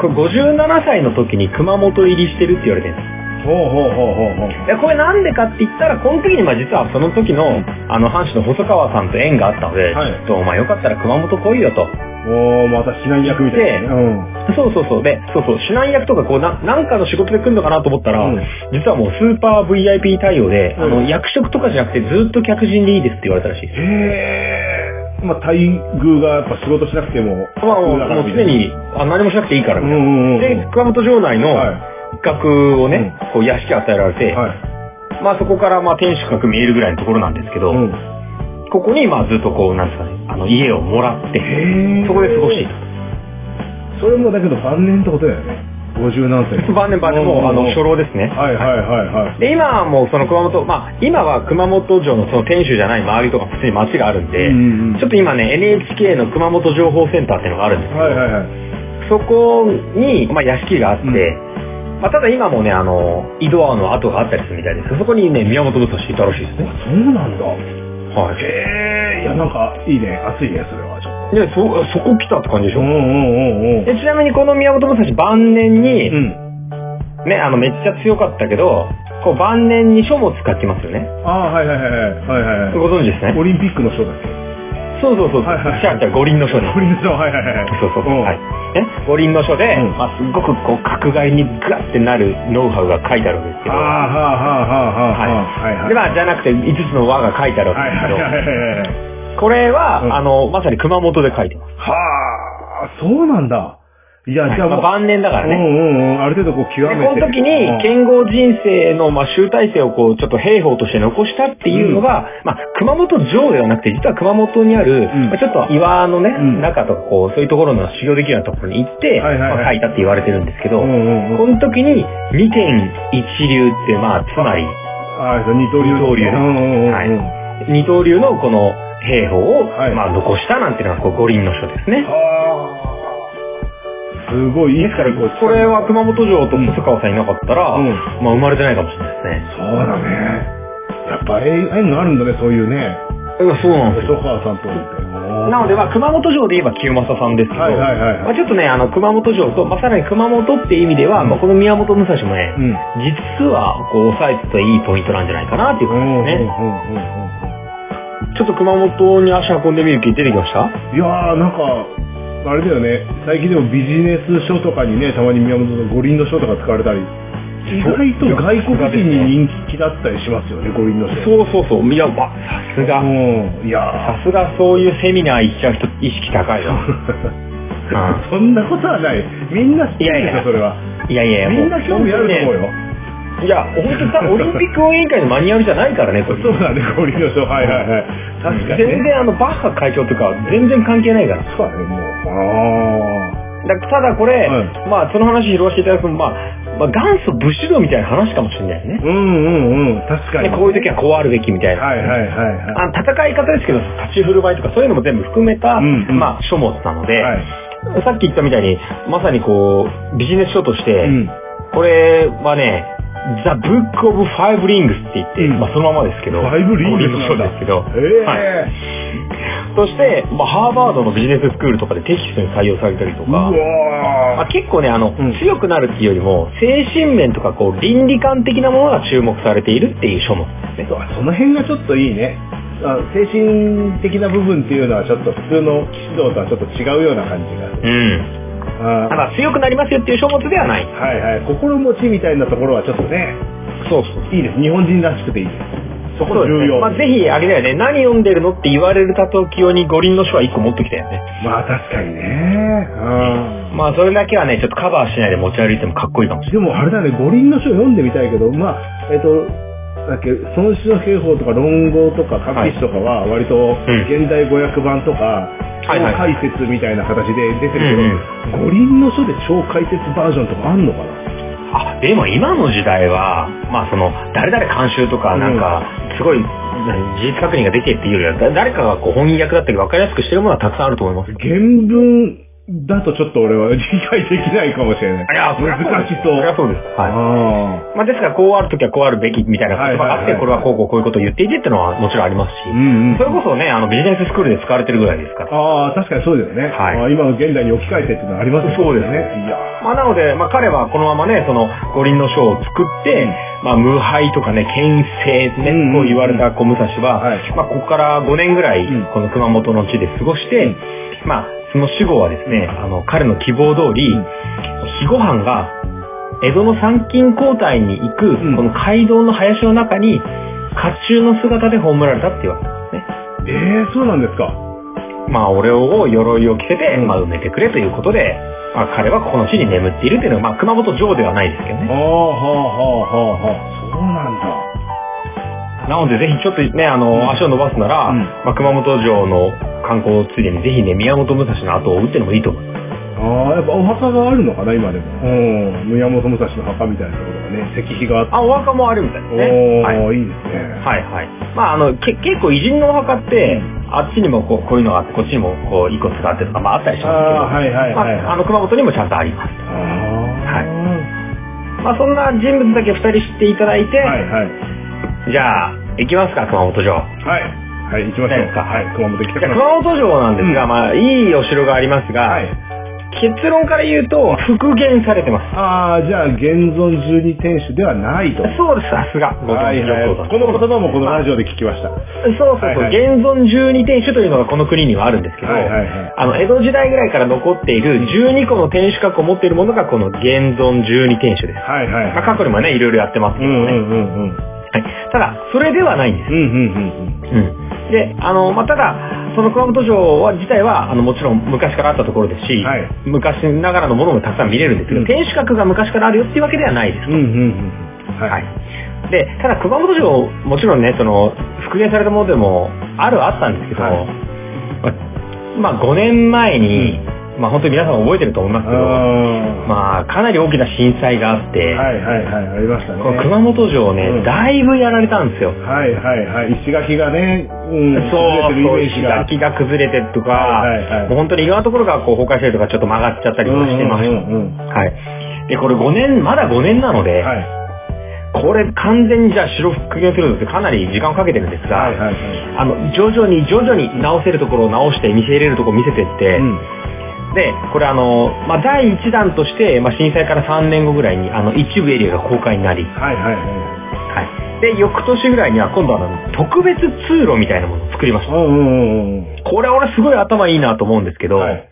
Speaker 3: これ57歳の時に熊本入りしてるって言われてるんです
Speaker 2: ほうほうほうほうほう。
Speaker 3: でこれなんでかって言ったらこの時にまあ実はその時のあの阪神の細川さんと縁があったので、
Speaker 2: はい
Speaker 3: ちょっとお前よかったら熊本来いよと
Speaker 2: おー、また指南役みたいなね。うん。
Speaker 3: そうそうそうでそうそう指南役とかこうななんかの仕事で来るのかなと思ったら、
Speaker 2: うん
Speaker 3: 実はもうスーパー VIP 対応で、あ
Speaker 2: う
Speaker 3: の
Speaker 2: ん
Speaker 3: 役職とかじゃなくてずっと客人でいいですって言われたらしいです
Speaker 2: へえ。まあ、待遇がやっぱ仕事しなくても。
Speaker 3: まあ、もう
Speaker 2: 普通だからみた
Speaker 3: 常
Speaker 2: いな。
Speaker 3: にあ何もしなくていいから
Speaker 2: う
Speaker 3: み
Speaker 2: ん
Speaker 3: たいな
Speaker 2: うんうん。
Speaker 3: で、熊本城内の
Speaker 2: は
Speaker 3: 一角をね、こう屋敷与えられ
Speaker 2: い。
Speaker 3: て、
Speaker 2: はい。
Speaker 3: まあそこからまあ天守閣見えるぐらいのところなんですけど、
Speaker 2: うん。
Speaker 3: ここにまあずっとこう、なんですかね、あの家をもらって、
Speaker 2: へー
Speaker 3: そこで過ごしていた。
Speaker 2: それもだけど晩年ってことだよね。50何歳。
Speaker 3: 晩年晩年もうあの初
Speaker 2: 老。
Speaker 3: 老ですね。
Speaker 2: はいはいはいはい。
Speaker 3: で、今はもうその熊本、まあ今は熊本城のその天守じゃない周りとか普通に街があるんで、
Speaker 2: うんうん
Speaker 3: ちょっと今ね、NHK の熊本情報センターっていうのがあるんですけど、
Speaker 2: はいはいはい。
Speaker 3: そこに、まあ、屋敷があって、まあ、ただ今もね、あの、井戸川の跡があったりするみたいですけどそこにね、宮本武蔵いたらしいですね。
Speaker 2: そうなんだ。
Speaker 3: は
Speaker 2: へえ。いや、なんか、いいね。熱いね、それは。ちょっ
Speaker 3: い。で、そ、そこ来たって感じでし
Speaker 2: と。う
Speaker 3: ょ
Speaker 2: んうんうんうん。
Speaker 3: でちなみにこの宮本武蔵晩年に、
Speaker 2: うん。
Speaker 3: ね、あの、めっちゃ強かったけど、こう晩年に書物書きますよね。
Speaker 2: ああ、はいはいはいはい。はいはいはい。
Speaker 3: ご存知ですね
Speaker 2: オ。リンピックの人だっけ
Speaker 3: そうそうそう。
Speaker 2: はいはい
Speaker 3: じゃあ、じゃあ五輪の書に。
Speaker 2: オリンピックの人、はいはいはい。
Speaker 3: そうそうそう。
Speaker 2: ん
Speaker 3: はい。ね、五輪の書で、
Speaker 2: うん
Speaker 3: まあ、すっごくこう、格外にガッてなるノウハウが書いてあるんですけ
Speaker 2: あ
Speaker 3: ど、
Speaker 2: あ、はあ、
Speaker 3: は。
Speaker 2: はあ、はあ、はいい。
Speaker 3: で、まあ、じゃなくて5つの輪が書いてあるわけ
Speaker 2: はいはいはい
Speaker 3: で
Speaker 2: はいはいはい。
Speaker 3: すけど、これは、
Speaker 2: うん
Speaker 3: あの、まさに熊本で書いてます。
Speaker 2: はあ、そうなんだ。いや、じゃあ
Speaker 3: ま
Speaker 2: も
Speaker 3: あ、
Speaker 2: う、
Speaker 3: 晩年だから
Speaker 2: うんう
Speaker 3: ね。
Speaker 2: んうん、ある程度こう極
Speaker 3: で、こ
Speaker 2: め
Speaker 3: の
Speaker 2: て。
Speaker 3: 時に
Speaker 2: うん、
Speaker 3: 剣豪人生の、まあ、集大成をこう、ちょっと兵法として残したっていうのが、まあ、熊本城ではなくて、実は熊本にある、
Speaker 2: ん
Speaker 3: まあ、ちょっと岩のね、
Speaker 2: ん
Speaker 3: 中とかこう、そういうところの修行できるようなところに行って、
Speaker 2: はいはいはい
Speaker 3: まあ、書いたって言われてるんですけど、
Speaker 2: うんうんうん。
Speaker 3: この時に、二点一流って、まあ、つまり、
Speaker 2: ああ、二刀流。
Speaker 3: 二刀流
Speaker 2: うんうんうんうん。
Speaker 3: は
Speaker 2: はいい。
Speaker 3: 二刀流のこの兵法を、
Speaker 2: はい
Speaker 3: まあ、残したなんていうのが、こう、五輪の書ですね。
Speaker 2: はあ、すごいいい
Speaker 3: ですから、これは熊本城と細川さんいなかったら、
Speaker 2: うん
Speaker 3: まあ、生まれてないかもしれないですね。
Speaker 2: そうだね。やっぱ縁縁があるんだね、そういうね。
Speaker 3: そうなんです
Speaker 2: 細
Speaker 3: よ。
Speaker 2: 川さんとはって。
Speaker 3: なので、まあ、熊本城で言えば清正さんですけど、
Speaker 2: はいはいはいはい
Speaker 3: まあ、ちょっとね、あの、熊本城と、まあ、さらに熊本っていう意味では、まあ、この宮本武蔵もね、
Speaker 2: うん。
Speaker 3: 実は、こう、抑えてたいいポイントなんじゃないかなっていう
Speaker 2: う
Speaker 3: こと
Speaker 2: んうんうん
Speaker 3: です
Speaker 2: うん
Speaker 3: ね。
Speaker 2: うん。
Speaker 3: ちょっと熊本に足運んでみる気出てきました
Speaker 2: いやー、なんか、あれだよね。最近でもビジネス書とかにね、たまに宮本の五輪の書とか使われたり。意外と外国人に人気だったりしますよね、五輪の書。
Speaker 3: そうそうそう。いや、まあ、さすが。
Speaker 2: うん。いやー。
Speaker 3: さすがそういうセミナー行っちゃう人、意識高いな。
Speaker 2: そんなことはない。みんな知ってる
Speaker 3: い
Speaker 2: で
Speaker 3: やい
Speaker 2: し
Speaker 3: や
Speaker 2: ょ、それは。
Speaker 3: いやいや、
Speaker 2: みんな興味あると思うよ。
Speaker 3: う。いや、本当にさ、オリンピック応援会のマニュアルじゃないからね、これ。
Speaker 2: そうだね、五輪の書。はいはいはい。確かに
Speaker 3: 全
Speaker 2: ね。
Speaker 3: 然あの、バッハ会長とか全然関係ないから。
Speaker 2: そうだね、もう。あ
Speaker 3: だただこれ、
Speaker 2: う
Speaker 3: まあその話広がしていただくと、まあ、まあ元祖武士道みたいな話かもしれないね
Speaker 2: ー。。うんうんうん。確か
Speaker 3: で
Speaker 2: に。
Speaker 3: こういう時はこうあるべきみたいな。
Speaker 2: はいはいはいはい。
Speaker 3: あの戦い方ですけど、立ち振る舞いとかそういうのも全部含めた、
Speaker 2: うんうん
Speaker 3: まあ書物なので、
Speaker 2: はい。
Speaker 3: さっき言ったみたいに、まさにこう、ビジネス書として、
Speaker 2: うん。
Speaker 3: これはね、ザ・ブック・オブ・ファイブ・リングスって言って、
Speaker 2: うん
Speaker 3: まあそのままですけど、
Speaker 2: ファイブリングス
Speaker 3: 五の
Speaker 2: な
Speaker 3: 書
Speaker 2: んだ
Speaker 3: ですけど、
Speaker 2: ええ
Speaker 3: はいそして、まあ、ハーバードのビジネススクールとかでテキストに採用されたりと
Speaker 2: う
Speaker 3: か、ま
Speaker 2: わ
Speaker 3: あ、結構ね、あの、
Speaker 2: うん
Speaker 3: 強くなるっていうよりも、精神面とか、こう、倫理観的なものが注目されているっていう書物ですね。
Speaker 2: ーその辺がちょっといいね。あ精神的な部分っていうのはちょっと普通の騎士道とはちょっと違うような感じがある
Speaker 3: うん。
Speaker 2: あ
Speaker 3: だから強くなりますよっていう書物ではない。
Speaker 2: ー。はいはい。心持ちみたいなところはちょっとね、
Speaker 3: そうそう。
Speaker 2: いいです。日本人らしくていいです。そこ
Speaker 3: そうです
Speaker 2: 重
Speaker 3: ね。
Speaker 2: 要。
Speaker 3: まあ、ぜひ、あれだよね、何読んでるのって言われるたとき用に五輪の書は一個持ってきたよね。
Speaker 2: まあ確かにね。うん。
Speaker 3: まあ、それだけはね、ちょっとカバーしないで持ち歩いてもかっこいいかもしれ
Speaker 2: でもあれだね、五輪の書読んでみたいけど、まあ、えっと、だっけ、孫子の兵法とか論語とか書きとかは割と
Speaker 3: ん
Speaker 2: 現代語訳版とか、超
Speaker 3: はいはい
Speaker 2: 解説みたいな形で出て
Speaker 3: うん
Speaker 2: るけど、五輪の書で超解説バージョンとかあんのかな
Speaker 3: ない。あ、でも今の時代は、まあ、その、誰々監修とか、なんか、すごい、事実確認ができてっていうよりは、だ誰かがこう翻訳だったり分かりやすくしてるものはたくさんあると思います。
Speaker 2: 原文だとちょっと俺は 理解できないかもしれない。
Speaker 3: いや、
Speaker 2: 難しそう
Speaker 3: そりゃそうです。はい。
Speaker 2: あ
Speaker 3: まあ、ですから、こうあるときはこうあるべきみたいな言葉があって、
Speaker 2: はいはいはい
Speaker 3: これはこうこうこういうことを言っていてっていうのはもちろんありますし、
Speaker 2: あ。うんうん
Speaker 3: そ。れこそね、あの、ビジネススクールで使われてるぐらいですから。
Speaker 2: ああ、確かにそうですよね。
Speaker 3: はい
Speaker 2: あー今の現代に置き換えてっていうのはありますよね。
Speaker 3: そうですね
Speaker 2: いやー
Speaker 3: まあ、なので、まあ、彼はこのままね、その、五輪の書を作って、
Speaker 2: うん
Speaker 3: まあ、無敗とかね、牽制ね、
Speaker 2: うん
Speaker 3: こう言われた小武蔵は、
Speaker 2: はい
Speaker 3: まあ、ここから5年ぐらい
Speaker 2: うん、
Speaker 3: この熊本の地で過ごして、
Speaker 2: うん
Speaker 3: まあ、その死後はですね、あの、彼の希望通り、
Speaker 2: うん
Speaker 3: 肥後藩が、江戸の参勤交代に行く、
Speaker 2: うん
Speaker 3: この街道の林の中に、甲冑の姿で葬られたって言われたんですね。
Speaker 2: ええそうなんですか。
Speaker 3: まあ、俺を鎧を着せて、
Speaker 2: うん
Speaker 3: まあ、埋めてくれということで、まあ、彼はここの地に眠っているっていうのは、まあ、熊本城ではないですけど
Speaker 2: ああ、
Speaker 3: ね。
Speaker 2: はあ、はあ、はあ、はあ。そうなんだ。
Speaker 3: なので、ぜひちょっとね、あの、
Speaker 2: ん
Speaker 3: 足を伸ばすなら、
Speaker 2: うん
Speaker 3: まあ、熊本城の観光ついでに、ぜひね、宮本武蔵の後を追うっていうのもいいと思います。
Speaker 2: ああ、やっぱお墓があるのかな、今でも。うん。宮本武蔵の墓みたいなところがね、石碑があって。
Speaker 3: あ、お墓もあるみたいです
Speaker 2: お
Speaker 3: ね。
Speaker 2: ー、
Speaker 3: はいい、
Speaker 2: いですね。
Speaker 3: はいはい。まあ、あの、け結構偉人のお墓って、あっちにもこうこういうのがあって、こっちにもこう、いくつかあってとか、まあ、あったりし
Speaker 2: あ
Speaker 3: ますけど、
Speaker 2: あ、はいはいはい。
Speaker 3: まあ、あ
Speaker 2: あ
Speaker 3: の、熊本にもちゃんとあります。
Speaker 2: あー、
Speaker 3: まあ、そんな人物だけ二人知っていただいて、
Speaker 2: はいはい。
Speaker 3: じゃあ、行きますか、熊本城。
Speaker 2: はい。はい、行きましょ
Speaker 3: ね
Speaker 2: う。はい、熊本来た
Speaker 3: じ
Speaker 2: か
Speaker 3: ゃあ
Speaker 2: ら。
Speaker 3: 熊本城なんですが、まあ、いいお城がありますが、
Speaker 2: はい。
Speaker 3: 結論から言うと、復元されてます。
Speaker 2: ああ、じゃあ、現存十二店主ではないと。
Speaker 3: そうです、さすが。ご
Speaker 2: は
Speaker 3: 存
Speaker 2: い
Speaker 3: 知
Speaker 2: はい
Speaker 3: のことだ
Speaker 2: この言葉もこのラジオで聞きました。
Speaker 3: そうそうそう、
Speaker 2: はいはい
Speaker 3: 現存12天守というのがこの国にはあるんですけど、
Speaker 2: はいはいはい
Speaker 3: あの、江戸時代ぐらいから残っている12個の天守閣を持っているものがこの現存12天守です。
Speaker 2: はいはい
Speaker 3: まあ
Speaker 2: は
Speaker 3: 過去にもね、いろいろやってます
Speaker 2: い。う
Speaker 3: けどね。
Speaker 2: んう
Speaker 3: はい、
Speaker 2: んうんうん。
Speaker 3: ただ、それではないんです
Speaker 2: うん。うんうん
Speaker 3: うん。で、あの、まあ、ただ、その熊本城は自体は、あの、もちろん昔からあったところですし、
Speaker 2: はい
Speaker 3: 昔ながらのものもたくさん見れるんですけど、
Speaker 2: うん
Speaker 3: 天守閣が昔からあるよっていうわけではないです。
Speaker 2: うん。うんうんうん。
Speaker 3: はい。。で、ただ熊本城、もちろんね、その、復元されたものでも、あるはあったんですけど、
Speaker 2: はい
Speaker 3: まあ、5年前に、まあ、本当に皆さん覚えてると思いますけど、
Speaker 2: あ
Speaker 3: まあ、かなり大きな震災があって、
Speaker 2: ーはいはいはい、ありましたね。
Speaker 3: この熊本城ね、
Speaker 2: うん
Speaker 3: だいぶやられたんですよ。
Speaker 2: はいはいはい。石垣がね、うん、
Speaker 3: そうそう、
Speaker 2: 崩れてるイメー
Speaker 3: 石
Speaker 2: ジが。
Speaker 3: 垣が崩れてとか、
Speaker 2: はいはいはい
Speaker 3: もう本当にいろんなところがこう崩壊したりとか、ちょっと曲がっちゃったりもしてました。
Speaker 2: うんうんうんうん
Speaker 3: はい。で、これ5年、まだ5年なので、
Speaker 2: はい。
Speaker 3: これ完全にじゃあ城復元するのってかなり時間をかけてるんです
Speaker 2: は
Speaker 3: が、
Speaker 2: いはいはい。
Speaker 3: あの、徐々に徐々に直せるところを直して、見せれるところを見せてって、
Speaker 2: うん。
Speaker 3: で、これあの、まあ、第1弾として、まあ、震災から3年後ぐらいに、あの、一部エリアが公開になり、は。
Speaker 2: はいはいはい
Speaker 3: で、翌年ぐらいには今度はあの、特別通路みたいなものを作りま
Speaker 2: い。
Speaker 3: し
Speaker 2: うんうんうんうん。
Speaker 3: た。これ俺すごい頭いいなと思うんですけど、
Speaker 2: はい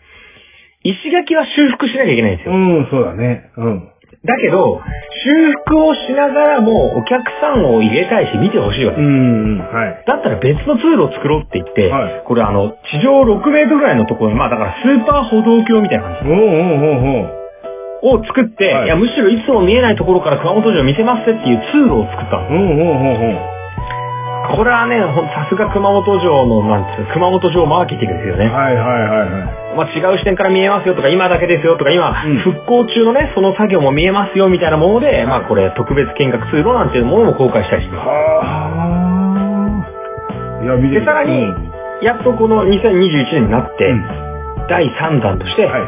Speaker 3: 石垣は修復しなきゃいけないんですよ。
Speaker 2: うん、そうだね。うん。
Speaker 3: だけど、修復をしながらもお客さんを入れたいし見てほしいわけ
Speaker 2: う。ん、うんはい。
Speaker 3: だったら別の通路を作ろうって言って、
Speaker 2: はい
Speaker 3: これあの、地上6メートルぐらいのところに、まあだからスーパー歩道橋みたいな感
Speaker 2: うんうんうんうん。
Speaker 3: じを作って、
Speaker 2: はい
Speaker 3: い、や、むしろいつも見えないところから熊本城見せますってっていう通路を作ったの。
Speaker 2: うんうんうんうん。
Speaker 3: これはね、ほんさすが熊本城の、なんていうか熊本城マーケティングですよね。
Speaker 2: はいはいはいはい。
Speaker 3: まあ違う視点から見えますよとか、今だけですよとか、今、
Speaker 2: うん
Speaker 3: 復興中のね、その作業も見えますよみたいなもので、まあこれ特別見学通路なんていうものも公開したりしてます。
Speaker 2: はあ。いや、見て
Speaker 3: で、さらに
Speaker 2: うん、
Speaker 3: やっとこの2021年になって、
Speaker 2: うん
Speaker 3: 第3弾として、
Speaker 2: はい。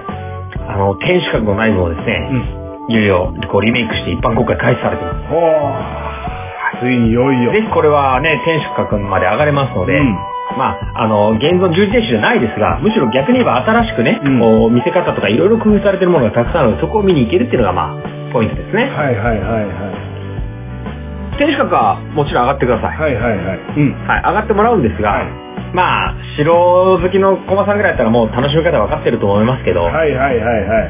Speaker 3: あの、天守閣のないものをですね、
Speaker 2: うん。
Speaker 3: いよいよこうリメイクして一般公開開始されてま
Speaker 2: はあ。ついにいよい
Speaker 3: す。
Speaker 2: よ。
Speaker 3: ぜひこれはね、天守閣まで上がれますので、
Speaker 2: うん
Speaker 3: まあ、あの、現存十字天守じゃないですが、むしろ逆に言えば新しくね、
Speaker 2: うん
Speaker 3: こう見せ方とかいろいろ工夫されてるものがたくさんあるので、そこを見に行けるっていうのがまあ、ポイントですね。
Speaker 2: はいはいはいはい。
Speaker 3: 天守閣はもちろん上がってください。はい、
Speaker 2: はいはいはい。うん。
Speaker 3: 上がってもらうんですが、
Speaker 2: はい
Speaker 3: まあ、城好きの駒さんぐらいだったらもう楽しみ方わかってると思いますけど、
Speaker 2: はいはいはいは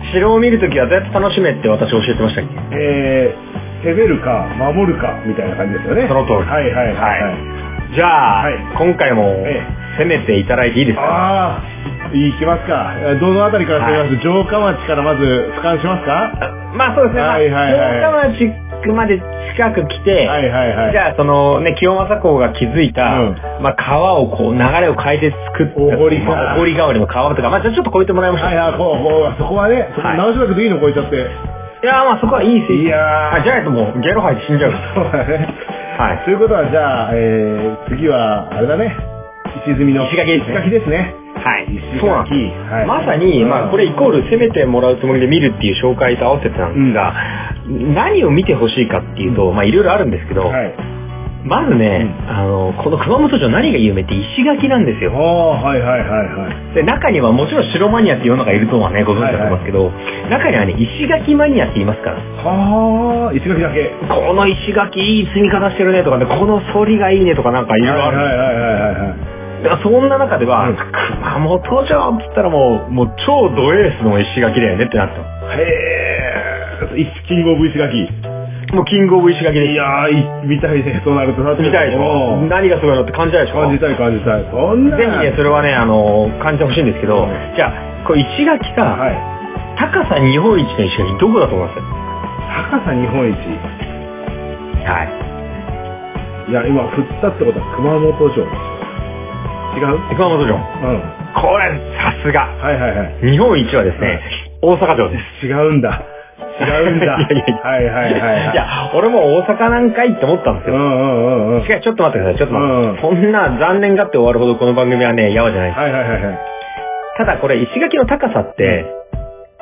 Speaker 2: い。
Speaker 3: 城を見るときはどうやって楽しめって私教えてましたっけ
Speaker 2: えー、攻めるか、守るか、みたいな感じですよね。
Speaker 3: その通り
Speaker 2: はいはいはい。はい、
Speaker 3: じゃあ、
Speaker 2: はい
Speaker 3: 今回も
Speaker 2: え
Speaker 3: 攻めていただいていいですか
Speaker 2: ああ、いきますか。えーどのあたりから攻めます、城下町からまず俯瞰しますか
Speaker 3: まあそうですね、まあ
Speaker 2: はいはいはい
Speaker 3: 城下町まで近く来て、
Speaker 2: はいはいはい。
Speaker 3: じ
Speaker 2: あ、
Speaker 3: ゃあそのね、清正公が築いた、
Speaker 2: うん
Speaker 3: まあ川をこう流れを変えて作った、
Speaker 2: お堀川
Speaker 3: まあお堀川にも川とか、まあじゃあちょっと超えてもらいましょう。
Speaker 2: はい
Speaker 3: い、
Speaker 2: はい、こう、こう、そこはね、そこ
Speaker 3: はい
Speaker 2: 直しなくていいの、こういっちゃって。
Speaker 3: やーまあそこはいいですよ
Speaker 2: いやー
Speaker 3: あじゃないともうゲロ吐いて死んじゃうから。
Speaker 2: そうだね。
Speaker 3: はい
Speaker 2: ということは、じゃあ、えー、次は、あれだね。石積みの。
Speaker 3: 石垣ですね
Speaker 2: 石垣ですね。
Speaker 3: はい
Speaker 2: 石垣。
Speaker 3: そうなんです、
Speaker 2: はい
Speaker 3: まさに、
Speaker 2: うん
Speaker 3: まあ、これイコール攻めてもらうつもりで見るっていう紹介と合わせてなんですが、何を見てほしいかっていうと、まあ、いろいろあるんですけど、
Speaker 2: はい。
Speaker 3: まずね、あの、この熊本城何が有名って石垣なんですよ。
Speaker 2: おー、はいはいはいはい。
Speaker 3: で、中にはもちろん城マニアっていうのがいるとはね、ご存知だと思いますけど、中にはね、石垣マニアって言いますから、
Speaker 2: はあ、石垣だけ。
Speaker 3: この石垣いい積み方してるねとかね、この反りがいいねとかなんかいろいろある。
Speaker 2: はいはいはいはいはい。
Speaker 3: だからそんな中では、
Speaker 2: うん
Speaker 3: 熊本城って言ったらもう、もう超ドエースの石垣だよねってなったの。
Speaker 2: へえ、一キングオブ石垣。
Speaker 3: もうキングオブ石垣で
Speaker 2: いやー、い見たいね、そうなると。
Speaker 3: 見たいでしょ
Speaker 2: うん
Speaker 3: 何がすごいのって感じないでしょ
Speaker 2: 感じたい感じたい。そんな。
Speaker 3: ぜひね、それはね、あの、感じてほしいんですけど、じゃあ、これ石垣さ、
Speaker 2: はい。
Speaker 3: 高さ日本一の石垣どこだと思います
Speaker 2: 高さ日本一。
Speaker 3: はい。
Speaker 2: いや、今振ったってことは熊本城。違う
Speaker 3: 熊本城。
Speaker 2: うん。
Speaker 3: これ、さすが。
Speaker 2: はいはいはい。
Speaker 3: 日本一はですね、大阪城です。
Speaker 2: 違うんだ。違うんだ。
Speaker 3: いやいやいや
Speaker 2: はいはいはい。
Speaker 3: い、や、俺も大阪なんかいって思ったんで
Speaker 2: う
Speaker 3: す
Speaker 2: ん
Speaker 3: よ。
Speaker 2: うんうんうん。
Speaker 3: しかし、ちょっと待ってください、ちょっと待って。
Speaker 2: う
Speaker 3: こんな残念がって終わるほどこの番組はね、やわじゃないです。
Speaker 2: はいはいはいはい。
Speaker 3: ただこれ、石垣の高さって、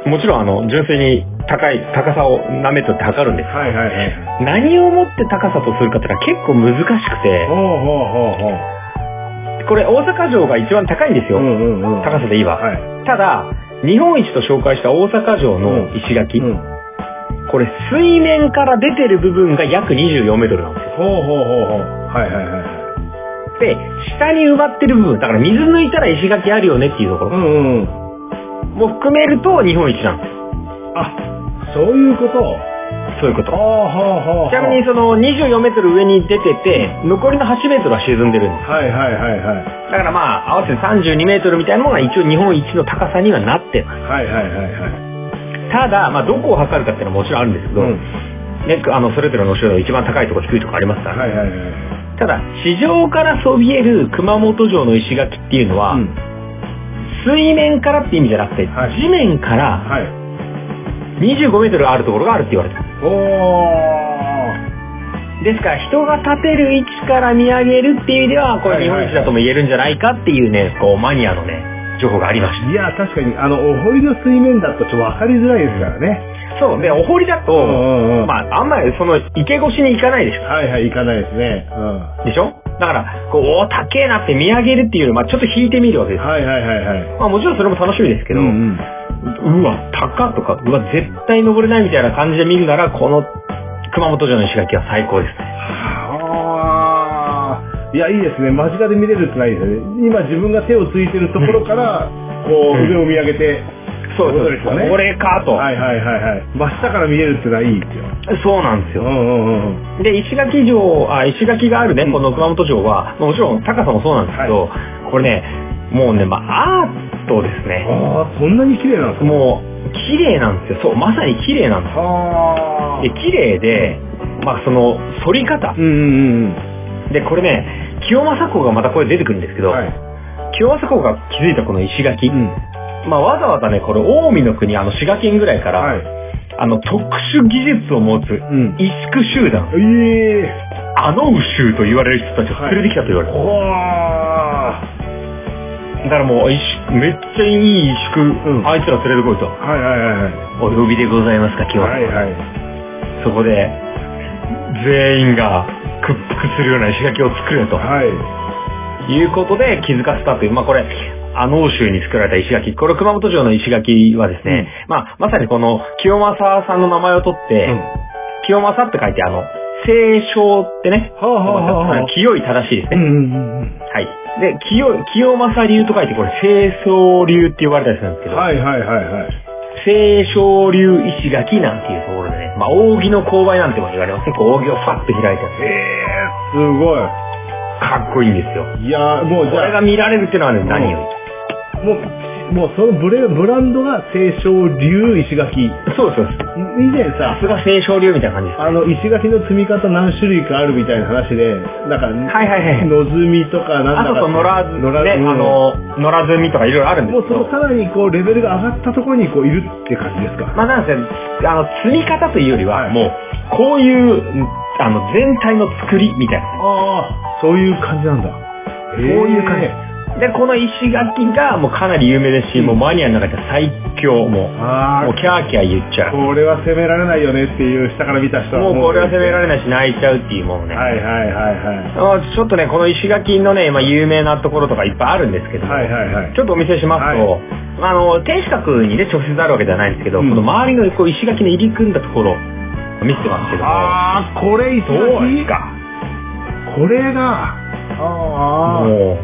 Speaker 3: もちろんあの、純粋に高い、高さを舐めとって測るんです。
Speaker 2: はいはいはい。
Speaker 3: 何をもって高さとするかってのは結構難しく
Speaker 2: ほう
Speaker 3: て、
Speaker 2: ほうほうほ
Speaker 3: これ大阪城が一番高いんです
Speaker 2: う。
Speaker 3: よ。
Speaker 2: うんうんうん。
Speaker 3: 高さでいいわ。
Speaker 2: はい。
Speaker 3: ただ、日本一と紹介した大阪城の石垣、
Speaker 2: うん。
Speaker 3: これ水面から出てる部分が約24メートルなんですよ。
Speaker 2: ほうほうほうほう。はいはいはい。
Speaker 3: で、下に埋まってる部分、だから水抜いたら石垣あるよねっていうとこ
Speaker 2: う
Speaker 3: ろ
Speaker 2: んうん。
Speaker 3: も含めると日本一なんですよ。
Speaker 2: あ、そういうこと。
Speaker 3: そういうこと
Speaker 2: は。あはあはあ。
Speaker 3: ちなみにその24メートル上に出てて、残りの8メートルは沈んでるんです。
Speaker 2: はいはいはいはい。
Speaker 3: だからまあ、合わせて32メートルみたいなのが一応日本一の高さにはなってます。
Speaker 2: はいはいはいはい。
Speaker 3: ただ、まあ、どこを測るかっていうのはもちろんあるんですけど、
Speaker 2: うん。
Speaker 3: ね、あの、それぞれのお城の一番高いところ、低いところありますから、
Speaker 2: はいはいはい。
Speaker 3: ただ、地上からそびえる熊本城の石垣っていうのは、
Speaker 2: うん
Speaker 3: 水面からって意味じゃなくて、
Speaker 2: はい
Speaker 3: 地面から
Speaker 2: はい。
Speaker 3: 25メートルあるところがあるって言われてます。
Speaker 2: おー。
Speaker 3: ですから、人が立てる位置から見上げるっていう意味では、これ日本一だとも言えるんじゃないかっていうね、こう、マニアのね、情報がありました。
Speaker 2: いや、確かに、あの、お堀の水面だとちょっと分かりづらいですからね。
Speaker 3: そう。で、お堀だと、
Speaker 2: うんうんうん
Speaker 3: まあ、あんまりその、池越しに行かないでしょ。
Speaker 2: はいはい、行かないですね。うん。
Speaker 3: でしょだから、こう、おー、高えなって見上げるっていうより、まあ、ちょっと引いてみるわけです。
Speaker 2: はいはいはいはい。
Speaker 3: まあ、もちろんそれも楽しみですけど、
Speaker 2: う
Speaker 3: うん
Speaker 2: うん。
Speaker 3: うわ、高っとか、うわ、絶対登れないみたいな感じで見るなら、この、熊本城の石垣は最高ですね。
Speaker 2: はあ。いや、いいですね。間近で見れるってないいですよね。今自分が手をついてるところから、こう、
Speaker 3: うん
Speaker 2: 上を見上げて、
Speaker 3: そう
Speaker 2: そう
Speaker 3: そう
Speaker 2: ですよね
Speaker 3: これかと、
Speaker 2: はいはいはいはい。真下から見れるってのはいいですよ。
Speaker 3: そうなんです
Speaker 2: うんう
Speaker 3: よ。
Speaker 2: んうんうん。
Speaker 3: で、石垣城、あ、石垣があるね、
Speaker 2: うん
Speaker 3: この熊本城は、まあもちろん高さもそうなんですけど、これね、もうね、まあ、アートですね。
Speaker 2: ああ、そんなに綺麗なんですか
Speaker 3: もう、綺麗なんですよ。そう、まさに綺麗なんです
Speaker 2: はあ。
Speaker 3: よ。で、綺麗で、まあその、反り方
Speaker 2: う。んうんうん
Speaker 3: で、これね、清正公がまたこれ出てくるんですけ
Speaker 2: うん。
Speaker 3: ど、
Speaker 2: はい。
Speaker 3: 清正公が気づいたこの石垣、
Speaker 2: うん。
Speaker 3: まあわざわざね、これ、近江の国、あの滋賀県ぐらいから、
Speaker 2: はい。
Speaker 3: あの、特殊技術を持つ、
Speaker 2: うん。
Speaker 3: イスク集団、
Speaker 2: ええ
Speaker 3: アノウ州と言われる人たちを連れてきたと言われてる、
Speaker 2: は
Speaker 3: だからもう、石めっちゃいい石工、
Speaker 2: ん
Speaker 3: あいつら連れてこいと。
Speaker 2: あ。はいはいはいはい。
Speaker 3: お呼びでございますか、清正公。
Speaker 2: はいはい。
Speaker 3: そこで、全員が屈服するような石垣を作れと
Speaker 2: はい。
Speaker 3: いうことで気づかせたという、まあこれ、あの欧州に作られた石垣、これ熊本城の石垣はですね、まあまさにこの清正さんの名前を取って、
Speaker 2: うん
Speaker 3: 清正って書いてあの、清正ってね、
Speaker 2: はあはあはあはあ
Speaker 3: 清い正しいで
Speaker 2: う
Speaker 3: すね。
Speaker 2: んうんうん
Speaker 3: はい。で、清、清正流と書いて、これ、清掃流って言われたりするんですけ
Speaker 2: うん。
Speaker 3: ど、
Speaker 2: はいはいはいはい。
Speaker 3: 清少流石垣なんていうところでね、まあ、扇の勾配なんても言われます。結構扇をパッと開いて
Speaker 2: ええすご
Speaker 3: かっこいいんですよ。
Speaker 2: い。いやーもうじ
Speaker 3: これ
Speaker 2: ゃ
Speaker 3: が
Speaker 2: あ、
Speaker 3: 見られるっていうのはね、何よ
Speaker 2: もう、もうそのブレブランドが清少流石垣。
Speaker 3: り。そうそう。
Speaker 2: 以前さ
Speaker 3: さ、すが清少流みたいな感じで
Speaker 2: あの、石垣の積み方何種類かあるみたいな話で、なんか、
Speaker 3: す。はいはいはい。
Speaker 2: のずみとかなんだ
Speaker 3: あ
Speaker 2: か。
Speaker 3: とそう、野良、
Speaker 2: 野良
Speaker 3: ね、あ
Speaker 2: うん
Speaker 3: の、野良積みとかいろいろあるんで
Speaker 2: もう
Speaker 3: すけ
Speaker 2: そ
Speaker 3: ど
Speaker 2: の、さらにこう、レベルが上がったところにこう、いるって感じですか。
Speaker 3: まあなんせ、あの、積み方というより
Speaker 2: は
Speaker 3: は、
Speaker 2: い
Speaker 3: もう、こういう、あの、全体の作りみたいな。
Speaker 2: ああ、そういう感じなんだ。
Speaker 3: そういう感じ
Speaker 2: へー。
Speaker 3: で、この石垣がもうかなり有名ですし、もうマニアの中では最強、もう、
Speaker 2: ああ
Speaker 3: もうキャーキャー言っちゃう。
Speaker 2: これは攻められないよねっていう下から見た人は
Speaker 3: もうこれは攻めら
Speaker 2: れ
Speaker 3: れないし泣いちゃうっていうものね。
Speaker 2: はいはいはいはい。
Speaker 3: あーちょっとね、この石垣のね、今有名なところとかいっぱいあるんですけど、
Speaker 2: はいはいはい。
Speaker 3: ちょっとお見せしますと、
Speaker 2: は
Speaker 3: あの、天守閣にね、直接あるわけじゃないんですけど、
Speaker 2: うん
Speaker 3: この周りのこう石垣の入り組んだところ、見せてますけども、
Speaker 2: ああ、これ一
Speaker 3: どうです
Speaker 2: 撃
Speaker 3: か
Speaker 2: これが、ああ
Speaker 3: も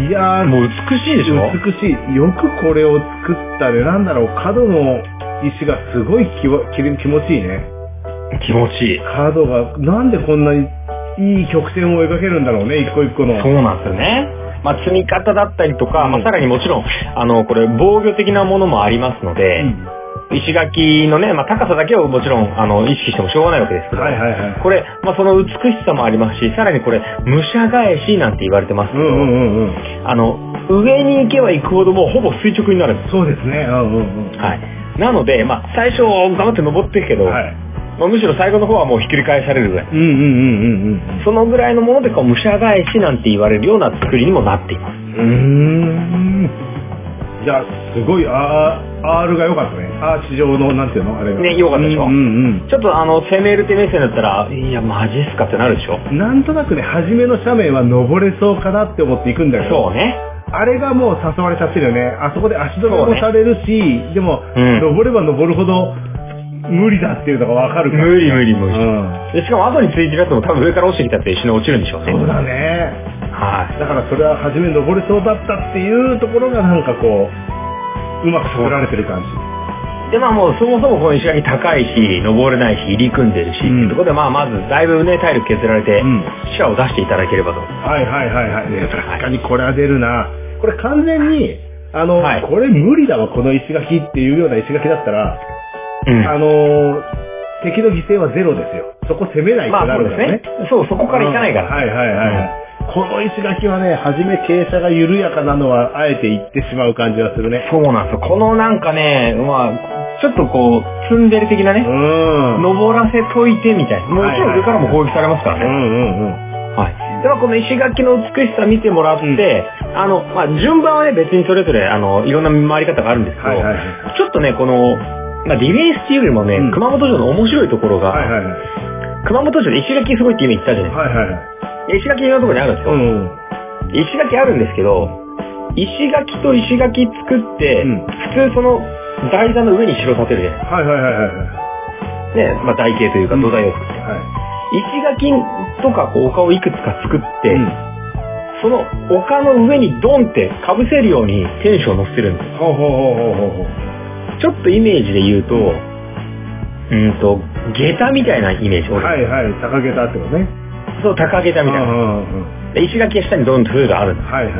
Speaker 2: いやー、
Speaker 3: う、もう美しいでしょ
Speaker 2: 美しい。よくこれを作ったね。なんだろう、角の石がすごいきわきれ気持ちいいね。
Speaker 3: 気持ちいい。
Speaker 2: 角が、なんでこんなにいい曲線を描けるんだろうね、一個一個の。
Speaker 3: そうなんですよね。まあ、積み方だったりとか、
Speaker 2: うん
Speaker 3: まあ、さらにもちろん、あの、これ、防御的なものもありますので、
Speaker 2: うん
Speaker 3: 石垣のね、まあ、高さだけをもちろん、あの、意識してもしょうがないわけですけど、
Speaker 2: はいはいはい。
Speaker 3: これ、まあ、その美しさもありますし、さらにこれ、武者返しなんて言われてますけ
Speaker 2: う
Speaker 3: ど、
Speaker 2: んうんうんうん。
Speaker 3: あの、上に行けば行くほどもうほぼ垂直になるんで
Speaker 2: そうですね。うんうんうん。
Speaker 3: す。はい。なので、まあ、最初、頑張って登っていくけど、
Speaker 2: はい。
Speaker 3: まあ、むしろ最後の方はもうひっくり返されるぐらい。
Speaker 2: うんうんうんうん
Speaker 3: そのぐらいのもので、こう、武者返しなんて言われるような作りにもなっています。
Speaker 2: うん。うーん。いや、すごい、あー、R が良かったね。アーチ状の、なんていうのあれが。
Speaker 3: ね良かったでしょ
Speaker 2: うんうん
Speaker 3: ちょっとあの、攻める手目線だったら、いや、マジっすかってなるでしょ
Speaker 2: うん。なんとなくね、初めの斜面は登れそうかなって思って行くんだけど、
Speaker 3: そうね。
Speaker 2: あれがもう誘われちゃってるよね。あそこで足取りもされるし、でも、
Speaker 3: うん
Speaker 2: 登れば登るほど無理だっていうのがわかるから。
Speaker 3: 無理無理無
Speaker 2: う
Speaker 3: 理。
Speaker 2: ん。
Speaker 3: でしかも後についてるやつも多分上から落ちてきたって一緒に落ちるんでしょうね。
Speaker 2: そうだね。
Speaker 3: はい。
Speaker 2: だからそれは初め登れそうだったっていうところがなんかこう、うまく作られてる感じ。
Speaker 3: で、まあもうそもそもこの石垣高いし、登れないし、入り組んでるし、って
Speaker 2: うん
Speaker 3: いうところで、まあまずだいぶね、体力削られて
Speaker 2: うん、
Speaker 3: 力を出していただければと。
Speaker 2: はいはいはいはい。
Speaker 3: ね
Speaker 2: 確かにこれは出るな。これ完全に、あの、
Speaker 3: はい
Speaker 2: これ無理だわ、この石垣っていうような石垣だったら、
Speaker 3: うん。
Speaker 2: あのー敵の犠牲はゼロですよ。そこ攻めないって
Speaker 3: まあ
Speaker 2: な
Speaker 3: そう
Speaker 2: る
Speaker 3: で
Speaker 2: か
Speaker 3: す
Speaker 2: らね。
Speaker 3: ね。そう、そこから行かないか
Speaker 2: は
Speaker 3: ら。
Speaker 2: いはいはいはい。この石垣はね、初め傾斜が緩やかなのは、あえて行ってしまう感じがするね。
Speaker 3: そうなんですよ。このなんかね、まあ、ちょっとこう、積んでる的な
Speaker 2: う
Speaker 3: ね、
Speaker 2: ん。うん
Speaker 3: 登らせといてみたいな。もちろん上からも攻撃されますから
Speaker 2: う
Speaker 3: ね。
Speaker 2: んうん。
Speaker 3: はい。ではこの石垣の美しさ見てもらって、あの、まあ、順番はね、別にそれぞれ、あの、いろんな回り方があるんですけど、
Speaker 2: はいはいはい。
Speaker 3: ちょっとね、この、まあ、ディフェンスっていうよりもね、
Speaker 2: うん
Speaker 3: 熊本城の面白いところが、
Speaker 2: はいはいはい。
Speaker 3: 熊本城で石垣すごいって今言ったじゃないで
Speaker 2: はいはいはい。
Speaker 3: すか。石垣いろんなところにあるんで
Speaker 2: うん。
Speaker 3: すよ、石垣あるんですけど、石垣と石垣作って、
Speaker 2: うん
Speaker 3: 普通その台座の上に城建てるじゃな
Speaker 2: はい
Speaker 3: い
Speaker 2: はいはいはい。
Speaker 3: ね、まあ、台形というか土台を作って。
Speaker 2: は
Speaker 3: 石垣とかこう丘をいくつか作って、
Speaker 2: い。うん。
Speaker 3: その丘の上にドンって被せるように天守を乗せてるんですよ。
Speaker 2: ほうほうほうほうほうほう。
Speaker 3: ちょっとイメージで言うと、うんと、下駄みたいなイメージ。俺
Speaker 2: はいはい、高げたってことね。
Speaker 3: そう、高下駄
Speaker 2: うん
Speaker 3: み
Speaker 2: う
Speaker 3: たいな。
Speaker 2: んうん。
Speaker 3: で石垣が下にドンと通路があるんで
Speaker 2: はいはい。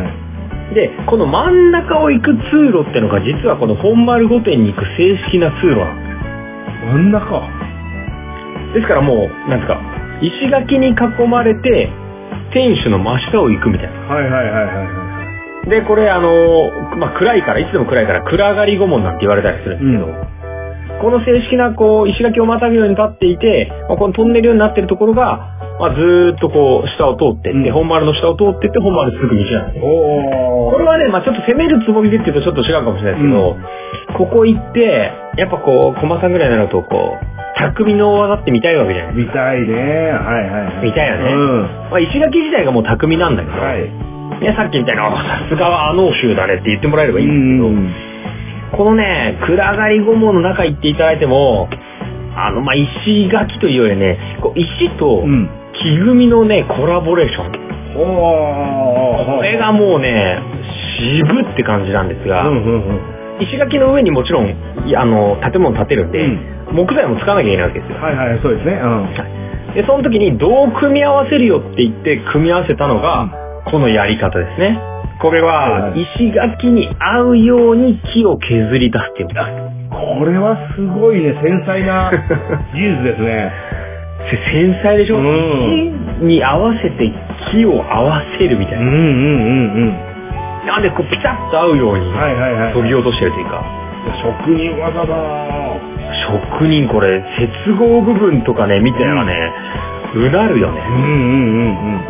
Speaker 3: す。で、この真ん中を行く通路ってのが実はこの本丸御殿に行く正式な通路なんで
Speaker 2: 真ん中。
Speaker 3: す。ですからもう、なんですか、石垣に囲まれて、天守の真下を行くみたいな。
Speaker 2: はいはいはいはいは
Speaker 3: で、これあのーまあ、暗いから、いつでも暗いから、暗がり御門なんて言われたりするんですけど、
Speaker 2: うん
Speaker 3: この正式なこう、石垣をまたぐように立っていて、まあ、このトンネルようになってるところが、まあ、ずーっとこう、下を通ってって、
Speaker 2: うん
Speaker 3: 本丸の下を通ってって、本丸続く道なんで
Speaker 2: い。
Speaker 3: すよ
Speaker 2: お
Speaker 3: これはね、まあちょっと攻めるつもりでって言うとちょっと違うかもしれないですけど、ここ行って、やっぱこう、駒さんぐらいになると、こう、匠の技って見たいわけじゃない
Speaker 2: 見たいね。はいはいはい。
Speaker 3: 見たいよね
Speaker 2: うん。
Speaker 3: まあ石垣自体がもう匠なんだけど、
Speaker 2: はい。
Speaker 3: ね、さっきみたいな、あさすがはあの州だねって言ってもらえればい
Speaker 2: う
Speaker 3: い
Speaker 2: ん
Speaker 3: ですけど、
Speaker 2: ん。
Speaker 3: このね、暗がり御門の中行っていただいても、あの、まあ石垣というよりね、こう石と
Speaker 2: うん。
Speaker 3: 木組みのね、コラボレーション。
Speaker 2: おー。
Speaker 3: これがもうね、渋って感じなんです
Speaker 2: う
Speaker 3: が、
Speaker 2: んうんうん。
Speaker 3: 石垣の上にもちろん、いやあの、建物建てるんで、
Speaker 2: うん
Speaker 3: 木材も使わなきゃいけないわけですよ。
Speaker 2: はいはい、そうですね。うん。
Speaker 3: で、その時にどう組み合わせるよって言って組み合わせたの
Speaker 2: うん
Speaker 3: が、このやり方ですね。これ
Speaker 2: はい
Speaker 3: は
Speaker 2: は、い
Speaker 3: 石垣に合うように木を削り出すっていう
Speaker 2: これはすごいね、繊細 な技術ですね。
Speaker 3: せ繊細でしょ、
Speaker 2: うん
Speaker 3: 木に合わせて木を合わせるみ
Speaker 2: う
Speaker 3: た
Speaker 2: ん
Speaker 3: い
Speaker 2: う
Speaker 3: な。
Speaker 2: んうん
Speaker 3: なんで、こう、ピタッと合うように
Speaker 2: うん。、はいはいはい。
Speaker 3: 研ぎ落としてるというか、
Speaker 2: 職人技だー
Speaker 3: 職人これ、接合部分とかね、見たらね、うなるよね。
Speaker 2: うんうんうんうん。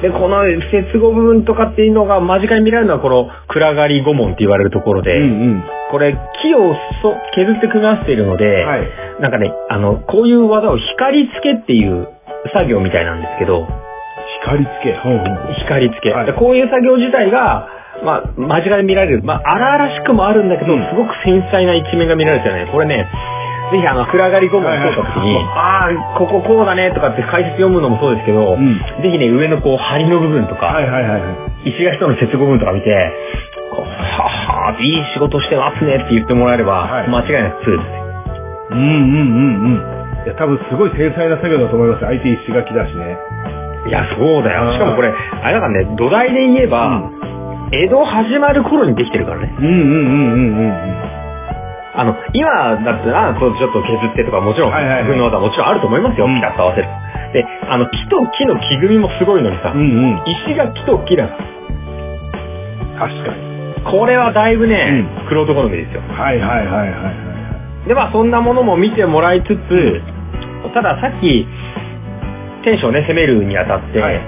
Speaker 3: で、この接合部分とかっていうのが間近に見られるのはこの暗がり御門って言われるところ
Speaker 2: う
Speaker 3: で、
Speaker 2: んうん。
Speaker 3: これ木をそ削って組み合わせているので、
Speaker 2: はい。
Speaker 3: なんかね、あの、こういう技を光付けっていう作業みたいなんですけど、
Speaker 2: 光つけ。うんうん。
Speaker 3: 光付け。
Speaker 2: はい
Speaker 3: でこういう作業自体が、まあ、間近に見られる。まあ、荒々しくもあるんだけど、
Speaker 2: うん
Speaker 3: すごく繊細な一面が見られてるよね。これね、ぜひあの、暗がり御門を通った時に、ああ、こここうだねとかって解説読むのもそうですけど、
Speaker 2: うん
Speaker 3: ぜひね、上のこう、梁の部分とか、
Speaker 2: はいはいはいはい。
Speaker 3: 石垣との接合部分とか見て、こうはぁはぁ、いい仕事してますねって言ってもらえれば、
Speaker 2: はい
Speaker 3: 間違いなく通ですね。
Speaker 2: うんうんうんうん。いや、多分すごい繊細な作業だと思います。相手石垣だしね。
Speaker 3: いや、そうだ
Speaker 2: あ
Speaker 3: よ。
Speaker 2: ー
Speaker 3: しかもこれ、あれだからね、土台で言えば、江戸始まる頃にできてるからね。
Speaker 2: うんうんうんうんうんうん。
Speaker 3: あの、今だったら、そうちょっと削ってとか、もちろん、
Speaker 2: はいはいはい
Speaker 3: 自分の技はもちろんあると思いますよ。
Speaker 2: うん
Speaker 3: ピタッと合わせる。で、あの、木と木の木組みもすごいのにさ、
Speaker 2: うんうん。
Speaker 3: 石が木と木だから
Speaker 2: 確かに。
Speaker 3: これはだいぶね、苦労と好みですよ。
Speaker 2: はいはいはいはいはい。
Speaker 3: で、まあそんなものも見てもらいつつ、たださっき、テンションをね、攻めるにあたって、
Speaker 2: はい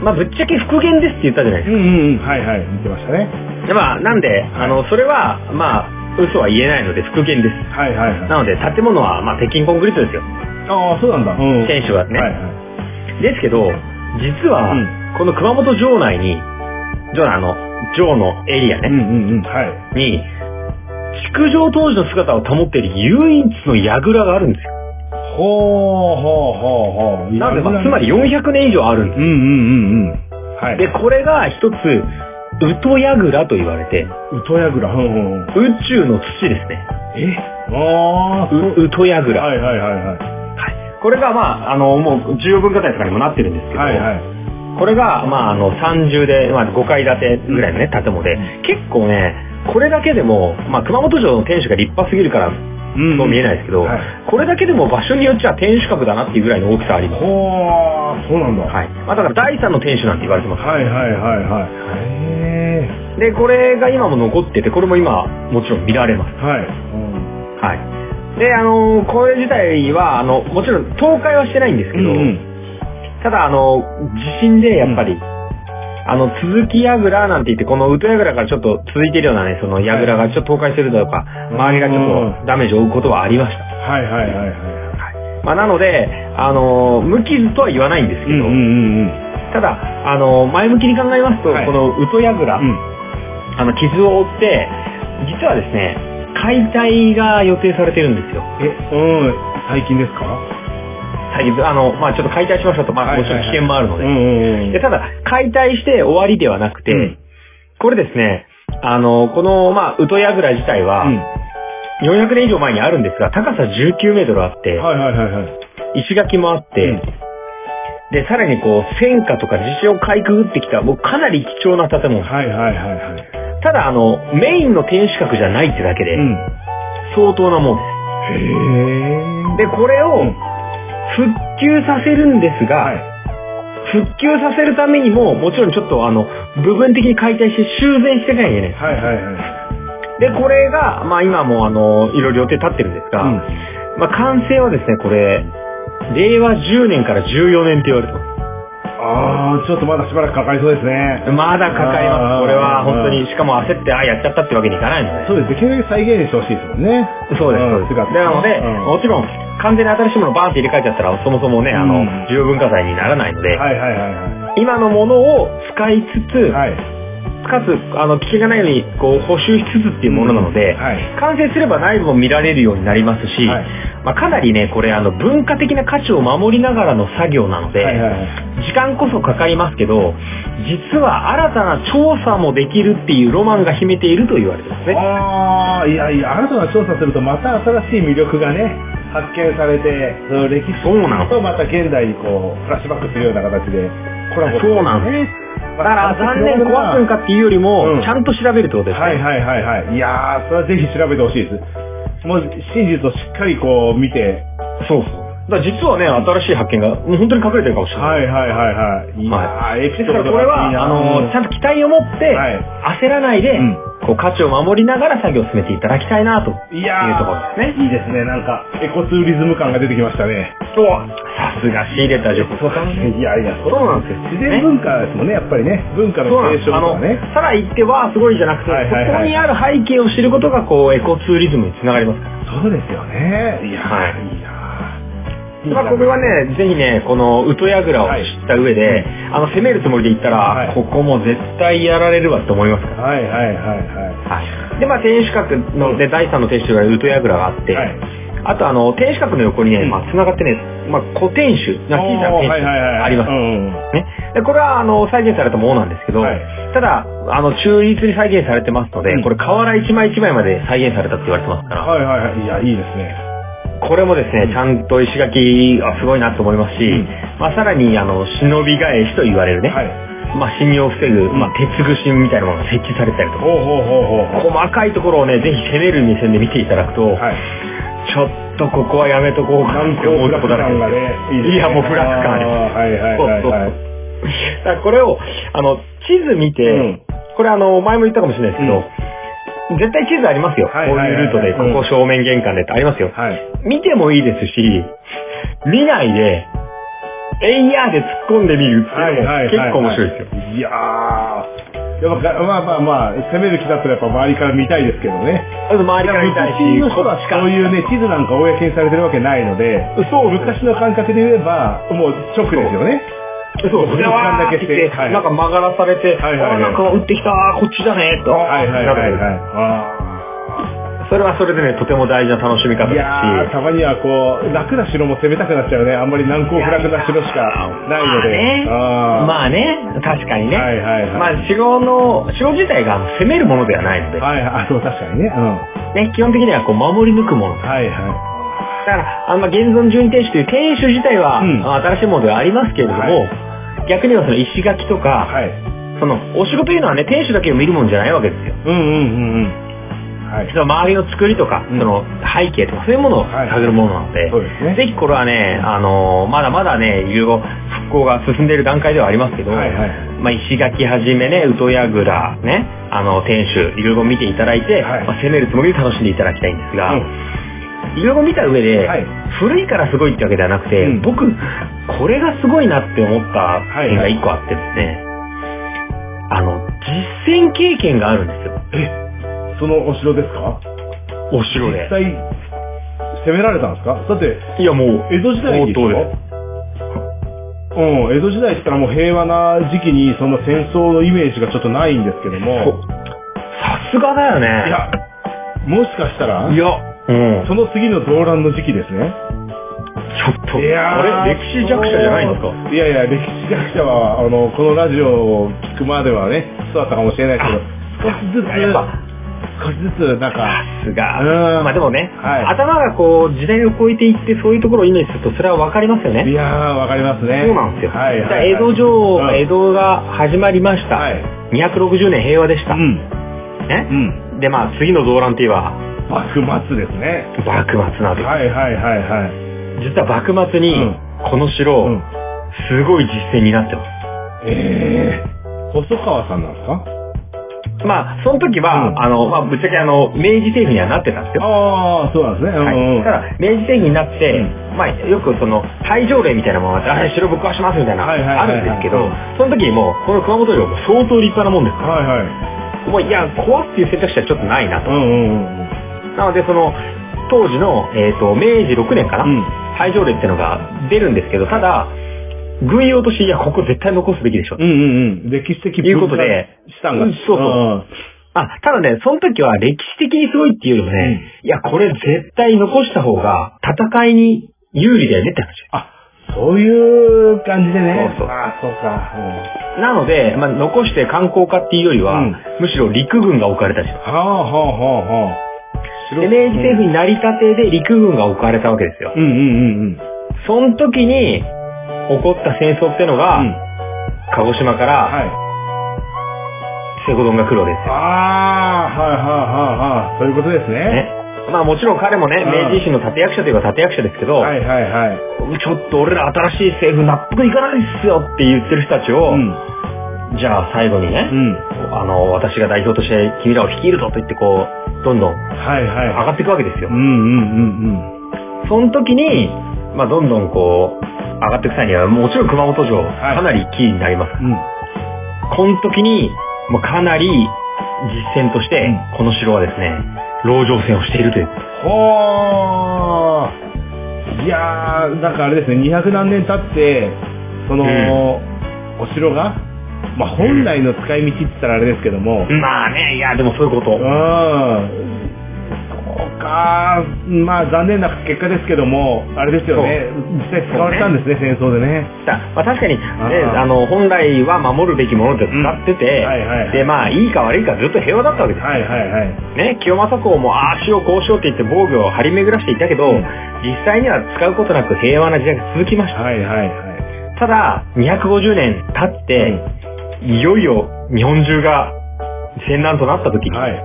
Speaker 3: まあぶっちゃけ復元ですって言ったじゃないで
Speaker 2: うんうんうん。はいはい。見てましたね。
Speaker 3: すか。まあなんで、あの、それは、まあ、嘘は言えないので復元です。
Speaker 2: はいはいはい。
Speaker 3: なので建物は、まあ鉄筋コンクリートですよ。
Speaker 2: ああ、そうなんだ。うん。
Speaker 3: 選手はね。
Speaker 2: はいはい。
Speaker 3: ですけど、実は、
Speaker 2: うん
Speaker 3: この熊本城内に、ジョーのあの、ジョーのエリア
Speaker 2: う
Speaker 3: ね、
Speaker 2: んうんうん。はい。
Speaker 3: に、築城当時の姿を保っている唯一の櫓があるんですよ。
Speaker 2: ほうほうほうほう。
Speaker 3: なんで、まあつまり400年以上あるん
Speaker 2: う
Speaker 3: で
Speaker 2: んうんうんうん。は
Speaker 3: す。
Speaker 2: い。
Speaker 3: で、、これが一つ、ウトヤグラと言われて、
Speaker 2: ウトヤグラ。うんうんうん。
Speaker 3: 宇宙の土ですね。
Speaker 2: えああ、
Speaker 3: うウトヤグラ。
Speaker 2: はいはいはいはい。
Speaker 3: これが、まあ、あの、もう、重要文化財とかにもなってるんですけど、
Speaker 2: はいはい。
Speaker 3: これが、まあ、あの、30で、まあ、5階建てぐらいのね、建物で、結構ね、これだけでも、まあ、熊本城の天守が立派すぎるから、
Speaker 2: うん
Speaker 3: そう見えないですけど、
Speaker 2: はい
Speaker 3: これだけでも場所によっちゃ天守閣だなっていうぐらいの大きさあります。
Speaker 2: ほー、そうなんだ。
Speaker 3: はい。まあ、だから第三の天守なんて言われてます。
Speaker 2: はいはいはいはい。へ
Speaker 3: で、これが今も残ってて、これも今、もちろん見られます。
Speaker 2: ー。はい。
Speaker 3: はい。で、あのーこれ自体は、あの、もちろん倒壊はしてないんですけど、
Speaker 2: ん。
Speaker 3: ただ、あの、地震でやっぱり、あの、続き櫓なんて言って、このウト櫓からちょっと続いてるようなね、その櫓がちょっと倒壊するだとか、周りがちょっとダメージを負うことはありました。
Speaker 2: はいはいはいは
Speaker 3: まあ、なので、あの、無傷とは言わないんです
Speaker 2: い。う
Speaker 3: け
Speaker 2: ん
Speaker 3: ど、
Speaker 2: うんうんうん。
Speaker 3: ただ、あの、前向きに考えますと、
Speaker 2: はい
Speaker 3: このウト櫓、
Speaker 2: うん。
Speaker 3: あの、傷を負って、実はですね、解体が予定されてるんですよ。
Speaker 2: え、うん。最近ですか
Speaker 3: 最近、あの、まあちょっと解体しましたと、まあ
Speaker 2: はい
Speaker 3: も
Speaker 2: は
Speaker 3: ち
Speaker 2: い
Speaker 3: ろ
Speaker 2: は
Speaker 3: ん
Speaker 2: い
Speaker 3: 危険もあるの
Speaker 2: う
Speaker 3: で。
Speaker 2: んうん
Speaker 3: で、ただ、解体して終わりではなくて、
Speaker 2: うん
Speaker 3: これですね、あの、この、まあ、ウトヤグラ自体は、
Speaker 2: うん。
Speaker 3: 400年以上前にあるんですが、高さ19メートルあって、
Speaker 2: はいはいはいはい。
Speaker 3: 石垣もあって、
Speaker 2: うん
Speaker 3: で、さらにこう、戦火とか地震をかいくぐってきた、もうかなり貴重な建物。
Speaker 2: はいはいはいはい。
Speaker 3: ただ、あの、メインの天守閣じゃないってだけで、
Speaker 2: うん。
Speaker 3: 相当なもんで
Speaker 2: へ
Speaker 3: す。で、これ
Speaker 2: う
Speaker 3: を
Speaker 2: ん、
Speaker 3: 復旧させるんですが、
Speaker 2: はい。
Speaker 3: 復旧させるためにも、もちろんちょっとあの、部分的に解体して修繕していかなきゃいけない。
Speaker 2: はいはいはい。
Speaker 3: で、これが、まあ今もあの、いろいろ予定立ってるんですが、
Speaker 2: うん
Speaker 3: まあ完成はですね、これ、令和10年から14年って言われてま
Speaker 2: あー、ちょっとまだしばらくかかりそうです
Speaker 3: す。
Speaker 2: ね。
Speaker 3: まだかかりま
Speaker 2: あー
Speaker 3: す。これは本当に、しかも焦って、あ、やっちゃったってわけにいかないので。
Speaker 2: そうです。できるだけ再現してほしいですもんね。
Speaker 3: そうです、そう
Speaker 2: うん
Speaker 3: です。なので、
Speaker 2: うん
Speaker 3: もちろん、完全に新しいものをバーンって入れ替えちゃったら、そもそもね、あ
Speaker 2: う
Speaker 3: の
Speaker 2: ん、
Speaker 3: 重要文化財にならないので、
Speaker 2: はいはいはいは
Speaker 3: 今のものを使いつつ、
Speaker 2: い。はい。
Speaker 3: かつ、あの、危険がないように、こう、補修しつつっていうものなので、
Speaker 2: うんはい
Speaker 3: 完成すれば内部も見られるようになりますし、
Speaker 2: はい
Speaker 3: まあ、かなりね、これ、あの、文化的な価値を守りながらの作業なので、
Speaker 2: はいはいはい。
Speaker 3: 時間こそかかりますけど、実は新たな調査もできるっていうロマンが秘めていると言われてますね。
Speaker 2: ああ、いやいや、新たな調査するとまた新しい魅力がね、発見されて、その歴史
Speaker 3: そうなの
Speaker 2: とまた現代にこう、フラッシュバックするような形でコラボ
Speaker 3: そうなの
Speaker 2: ね。
Speaker 3: だから、残念壊すん
Speaker 2: は
Speaker 3: かっていうよりも、
Speaker 2: うん
Speaker 3: ちゃんと調べるってことです
Speaker 2: いは
Speaker 3: ね。
Speaker 2: いはいはい。いやー、それはぜひ調べてほしいです。もう真実をしっかりこう見て、
Speaker 3: そうそう。だから実はね、新しい発見が、もう本当に隠れてるかもしれない。
Speaker 2: はいはいはいはい。いやー、エピ
Speaker 3: で
Speaker 2: ソ
Speaker 3: す
Speaker 2: ー
Speaker 3: から
Speaker 2: ド
Speaker 3: これ
Speaker 2: が
Speaker 3: は、
Speaker 2: いいな
Speaker 3: あの、ちゃんと期待を持って、
Speaker 2: はい
Speaker 3: 焦らないで、
Speaker 2: うん
Speaker 3: こう価値を守りながら作業を進めていただきたいなと
Speaker 2: い
Speaker 3: いう
Speaker 2: やー
Speaker 3: ところですね。
Speaker 2: いいですね、なんか、エコツーリズム感が出てきましたね。
Speaker 3: そう。さすが仕入れた情報。
Speaker 2: いやいや、
Speaker 3: そうなんですよ
Speaker 2: 自然文化ですもんね、やっぱりね。文化の
Speaker 3: そうなん
Speaker 2: 継
Speaker 3: です
Speaker 2: 承と
Speaker 3: あの
Speaker 2: かね。、
Speaker 3: ただ言ってはすごいじゃなくて、
Speaker 2: はいはいはい
Speaker 3: そこにある背景を知ることが、こう、エコツーリズムにつながりますから。
Speaker 2: そうですよね。いやー、
Speaker 3: はい
Speaker 2: いなー
Speaker 3: まあ、これは、ね、ぜひね、この、ウトヤグラを知った上で、
Speaker 2: はい
Speaker 3: あの、攻めるつもりで行ったら、
Speaker 2: はい
Speaker 3: ここも絶対やられるわって思いますから。
Speaker 2: はいはいはいは
Speaker 3: はい。で、まあ、天守閣の、で、第3の天守がウトヤグラがあって、
Speaker 2: はい
Speaker 3: あと、あの、天守閣の横にね、
Speaker 2: うん
Speaker 3: まあ、繋がってね、まあ、古天守、
Speaker 2: い。
Speaker 3: な小さな天
Speaker 2: おーはい
Speaker 3: 守
Speaker 2: はいはい。
Speaker 3: があります
Speaker 2: う。んうん
Speaker 3: ね。で、これは、あの、再現されたものなんですけど、
Speaker 2: はい
Speaker 3: ただ、あの、中立に再現されてますので、
Speaker 2: うん
Speaker 3: これ、瓦一枚一枚まで再現されたって言われてますから、
Speaker 2: はいはいはい。いや、いいですね。
Speaker 3: これもですね、ちゃんと石垣がすごいなと思いますし、
Speaker 2: うん
Speaker 3: まあ、さらに、あの、忍び返しと言われるね、
Speaker 2: はい。
Speaker 3: まあ、侵入を防ぐ、
Speaker 2: ん
Speaker 3: まあ、鉄具芯みたいなものが設置されたりと
Speaker 2: ほう
Speaker 3: か、
Speaker 2: ほうほうほうほう。
Speaker 3: 細かいところをね、ぜひ攻める目線で見ていただくと、
Speaker 2: はい。
Speaker 3: ちょっとここはやめとこうか
Speaker 2: 観
Speaker 3: なって
Speaker 2: 光
Speaker 3: 思う
Speaker 2: フラッ
Speaker 3: と
Speaker 2: グ
Speaker 3: こだらけ
Speaker 2: 感が
Speaker 3: で
Speaker 2: ね、
Speaker 3: すいや、もうフラッグ感で
Speaker 2: あ
Speaker 3: す。
Speaker 2: ーはいはいはいはい。
Speaker 3: だからこれを、あの、地図見て、
Speaker 2: うん
Speaker 3: これあの、前も言ったかもしれないですけど、絶対地図ありますよ。
Speaker 2: はいはいはいはい
Speaker 3: こういうルートで、こ
Speaker 2: う
Speaker 3: こ
Speaker 2: ん
Speaker 3: 正面玄関でってありますよ。
Speaker 2: はい。
Speaker 3: 見てもいいですし、見ないで、エイヤーで突っ込んでみるって
Speaker 2: はいいはいはいう
Speaker 3: のも結構面白いですよ。
Speaker 2: よ。いやー。やっぱが、まあまあまあ、攻める気だったらやっぱ周りから見たいですけどね。
Speaker 3: あと周りから見たいし、
Speaker 2: 昔の人はそういうね、地図なんか公にされてるわけないので、
Speaker 3: そう
Speaker 2: 昔の感覚で言えば、もう直ですよね。
Speaker 3: そう、
Speaker 2: 時
Speaker 3: で
Speaker 2: 間
Speaker 3: わ
Speaker 2: だ
Speaker 3: ー
Speaker 2: け
Speaker 3: って
Speaker 2: して
Speaker 3: 言って、なんか曲がらされて、
Speaker 2: はいはいはい
Speaker 3: あーなんか打ってきたー、こっちだねーと。
Speaker 2: はいはいはいはい。
Speaker 3: それはそれでね、とても大事な楽しみ方
Speaker 2: あーいやー、
Speaker 3: ですし。
Speaker 2: たまにはこう、楽な城も攻めたくなっちゃうね。あんまり難攻不落な城しかないので。
Speaker 3: ま
Speaker 2: あ
Speaker 3: あね、まあね確かに
Speaker 2: ー
Speaker 3: ね。
Speaker 2: はいはいはい。
Speaker 3: まあ、城の、城自体が攻めるものではないので、
Speaker 2: はいはい、あそう、確かにね。うん。は
Speaker 3: ね、基本的にはこう守り抜くもの。だ
Speaker 2: いは
Speaker 3: から、あんま現存準天守という天守自体は、
Speaker 2: うん
Speaker 3: まあ新しいものではありますけれども、
Speaker 2: はい
Speaker 3: 逆にはその石垣と
Speaker 2: い。
Speaker 3: か、
Speaker 2: はい。
Speaker 3: その、お城というのはね、天守だけを見るもんじゃないわけですよ。
Speaker 2: うんうんうんうん。はい。
Speaker 3: その周りの作りとか、
Speaker 2: うん
Speaker 3: その背景とか、そういうものを
Speaker 2: はい
Speaker 3: 探るものなので、
Speaker 2: そうですね
Speaker 3: ぜひこれはね、あのーまだまだね、いろいろ復興が進んでいる段階ではありますけど、
Speaker 2: はいはい
Speaker 3: まあ、石垣はじめね、宇土櫓、ね、あの、天守、いろいろ見ていただいて、
Speaker 2: はい
Speaker 3: まあ攻めるつもりで楽しんでいただきたいんですが、
Speaker 2: うん
Speaker 3: いろいろ見た上で、
Speaker 2: はい
Speaker 3: 古いからすごいってわけではなくて、
Speaker 2: うん
Speaker 3: 僕、これがすごいなって思った点が
Speaker 2: はい
Speaker 3: 一個あってですね、あの、実践経験があるんですよ。
Speaker 2: え、そのお城ですか
Speaker 3: お城で
Speaker 2: 実。際、攻められたんですかだって、
Speaker 3: いやもう、
Speaker 2: 江戸時代ですよ
Speaker 3: 王道で
Speaker 2: うん、江戸時代って言ったらもう平和な時期にその戦争のイメージがちょっとないんですけども、
Speaker 3: さすがだよね。
Speaker 2: いや、もしかしたら
Speaker 3: い、や、うん。
Speaker 2: その次の動乱の時期ですね。
Speaker 3: ちょっと、
Speaker 2: いやー
Speaker 3: あれ歴史弱者じゃないんですか
Speaker 2: いやいや、歴史学者は、あの、このラジオを聞くまではね、そうだったかもしれないですけど、少しず
Speaker 3: いややっぱ
Speaker 2: つ、少しずつ、なんか、
Speaker 3: さすが。
Speaker 2: うん
Speaker 3: まあでもね、
Speaker 2: はい
Speaker 3: 頭がこう、時代を超えていって、そういうところをイメージすると、それはわかりますよ
Speaker 2: い
Speaker 3: ね。
Speaker 2: やー、わかりますね。
Speaker 3: そうなんですよ。
Speaker 2: はい、
Speaker 3: だか
Speaker 2: は
Speaker 3: ら
Speaker 2: い。
Speaker 3: 江戸城、
Speaker 2: うん
Speaker 3: 江戸が始まりました。
Speaker 2: はい
Speaker 3: 260年平和でした。
Speaker 2: うん。う
Speaker 3: ね、
Speaker 2: ん。
Speaker 3: で、まあ次の動乱っていえば、
Speaker 2: 幕末ですね。
Speaker 3: 幕末など、
Speaker 2: はいはいはいはい。
Speaker 3: 実は幕末に
Speaker 2: うん、
Speaker 3: この城、
Speaker 2: うん
Speaker 3: すごい実践になってます。
Speaker 2: えー、細川さんなんですか
Speaker 3: まあ、その時は、
Speaker 2: うん
Speaker 3: あの、まあ、ぶっちゃけあの、明治政府にはなってたんですよ。
Speaker 2: ああ、そうなんですね。う
Speaker 3: はい
Speaker 2: んうん。
Speaker 3: ただ、明治政府になって、
Speaker 2: う
Speaker 3: まあ、よくその、退場令みたいなものがあって、あ城ぶっ壊しますみたいな、
Speaker 2: はいはいは
Speaker 3: あ
Speaker 2: いはい
Speaker 3: るんですけど、その時にもう、この熊本城も相当立派なもんですか
Speaker 2: はいはい。
Speaker 3: ら、もう、いや、壊すっていう選択肢はちょっとないな
Speaker 2: う
Speaker 3: と。
Speaker 2: んうんうんうん。
Speaker 3: なので、その、当時の、えっ、と、明治6年かな、
Speaker 2: うん
Speaker 3: 廃除令っていうのが出るんですけど、ただ、軍用として、いや、ここ絶対残すべきでしょ。
Speaker 2: うんうんうん。歴史的
Speaker 3: いうことで
Speaker 2: 資産が。
Speaker 3: うんそうそうあ、ただね、その時は歴史的にすごいっていうよりもね、いや、これ絶対残した方が、戦いに有利だよねって話。
Speaker 2: あ、そういう感じでね。
Speaker 3: そうそう
Speaker 2: あーそうか。うん
Speaker 3: なので、まあ、残して観光化っていうよりは、
Speaker 2: うん
Speaker 3: むしろ陸軍が置かれたりとか。
Speaker 2: はあはあはあはあ。
Speaker 3: で、明治政府になりたてで陸軍が置かれたわけですよ。
Speaker 2: うんうんうんうん。
Speaker 3: その時に、起こった戦争ってのが、
Speaker 2: うん
Speaker 3: 鹿児島から、
Speaker 2: はい。
Speaker 3: セコドンが来るわけです
Speaker 2: あ
Speaker 3: よ。
Speaker 2: あ、はいはいはいはい。そういうことですね。
Speaker 3: ね。まあもちろん彼もね、
Speaker 2: うん
Speaker 3: 明治維新の立役者といえば立役者ですけど、
Speaker 2: はいはいはい。
Speaker 3: ちょっと俺ら新しい政府納得いかないっすよって言ってる人たちを、
Speaker 2: うん。
Speaker 3: じゃあ最後にね、
Speaker 2: うん。
Speaker 3: あの、私が代表として君らを率いるぞと言ってこう、どんどん
Speaker 2: はいはい
Speaker 3: 上。がっていくわけですよ
Speaker 2: うん。うんうんうん。
Speaker 3: その時に、まあ、どんどんこう、上がっていく際には、もちろん熊本城、
Speaker 2: はい
Speaker 3: かなりキーになります。
Speaker 2: うん。
Speaker 3: この時に、もうかなり実践として、
Speaker 2: う
Speaker 3: この城はですね、籠城戦をしているという。
Speaker 2: ほー。いやー、なんかあれですね、200何年経って、その、お城が、まあ、本来の使い道って言ったらあれですけども、
Speaker 3: まあね、いや、でもそういうこと。
Speaker 2: うん。そうかー、まあ、残念な結果ですけども、あれですよね、実際使われたんですね、戦争でね。
Speaker 3: だまあ、確かに、ね、
Speaker 2: あー
Speaker 3: あの、本来は守るべきもので使ってて、
Speaker 2: うんはいはい
Speaker 3: で、まあ、いいか悪いかずっと平和だったわけです。
Speaker 2: はいはいはい。
Speaker 3: ね、清正公も、ああしようこうしようって言って防御を張り巡らしていたけど、
Speaker 2: うん
Speaker 3: 実際には使うことなく平和な時代が続きました。
Speaker 2: はいはいはい。
Speaker 3: ただ、250年経って、いよいよ日本中が戦乱となった時に、
Speaker 2: はい。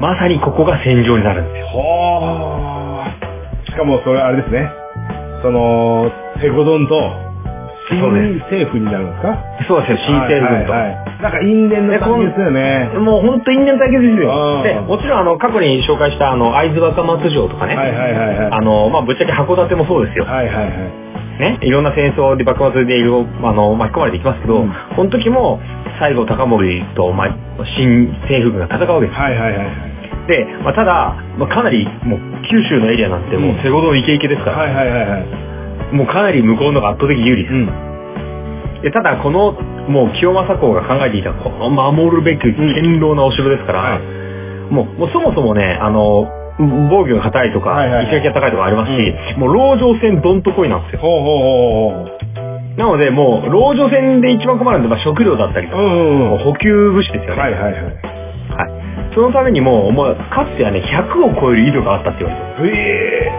Speaker 3: まさにここが戦場になるんですよ。
Speaker 2: ほー。しかもそれあれですね。その、セゴドンと、新
Speaker 3: そうで
Speaker 2: 政府になるんですか
Speaker 3: そうですよ、新政軍と。
Speaker 2: はいはいはいなんか因縁の感じですよね。
Speaker 3: もう本当因縁対決です
Speaker 2: あ
Speaker 3: よ。
Speaker 2: ー
Speaker 3: で、もちろんあの、過去に紹介したあの、会津若松城とかね、
Speaker 2: はいはいはいはい。
Speaker 3: あの、まあ、ぶっちゃけ函館もそうですよ。
Speaker 2: はいはいはい。
Speaker 3: ね、いろんな戦争で幕末でいろいろ、あの、巻き込まれていきますけど、
Speaker 2: うん
Speaker 3: この時も、西郷隆盛と、まあ、新政府軍が戦うわけです。
Speaker 2: はいはいはい。
Speaker 3: で、まあ、ただ、まあ、かなりもう九州のエリアなんて
Speaker 2: う
Speaker 3: も
Speaker 2: ん
Speaker 3: うセゴドンイケイケですから、
Speaker 2: はいはいはいはい。
Speaker 3: もうかなり向こうの方が圧倒的に有利で
Speaker 2: う
Speaker 3: す。
Speaker 2: ん。
Speaker 3: でただこの、もう清正公が考えていた、この守るべき堅牢なお城ですから、もう、もうそもそもね、あの、防御が硬いとか、
Speaker 2: はいはいはい
Speaker 3: 石垣が高いとかありますし、もう籠城戦どんとこいなんですよ。
Speaker 2: ほうほうほうほ
Speaker 3: なので、もう、籠城戦で一番困るのはまあ食料だったりと
Speaker 2: う。う
Speaker 3: か、
Speaker 2: んうん
Speaker 3: も
Speaker 2: う。
Speaker 3: うん補給物資ですよね。
Speaker 2: はいはいはい。
Speaker 3: そのためにもう、もうかつてはね、100を超える井戸があったって言われて
Speaker 2: ええ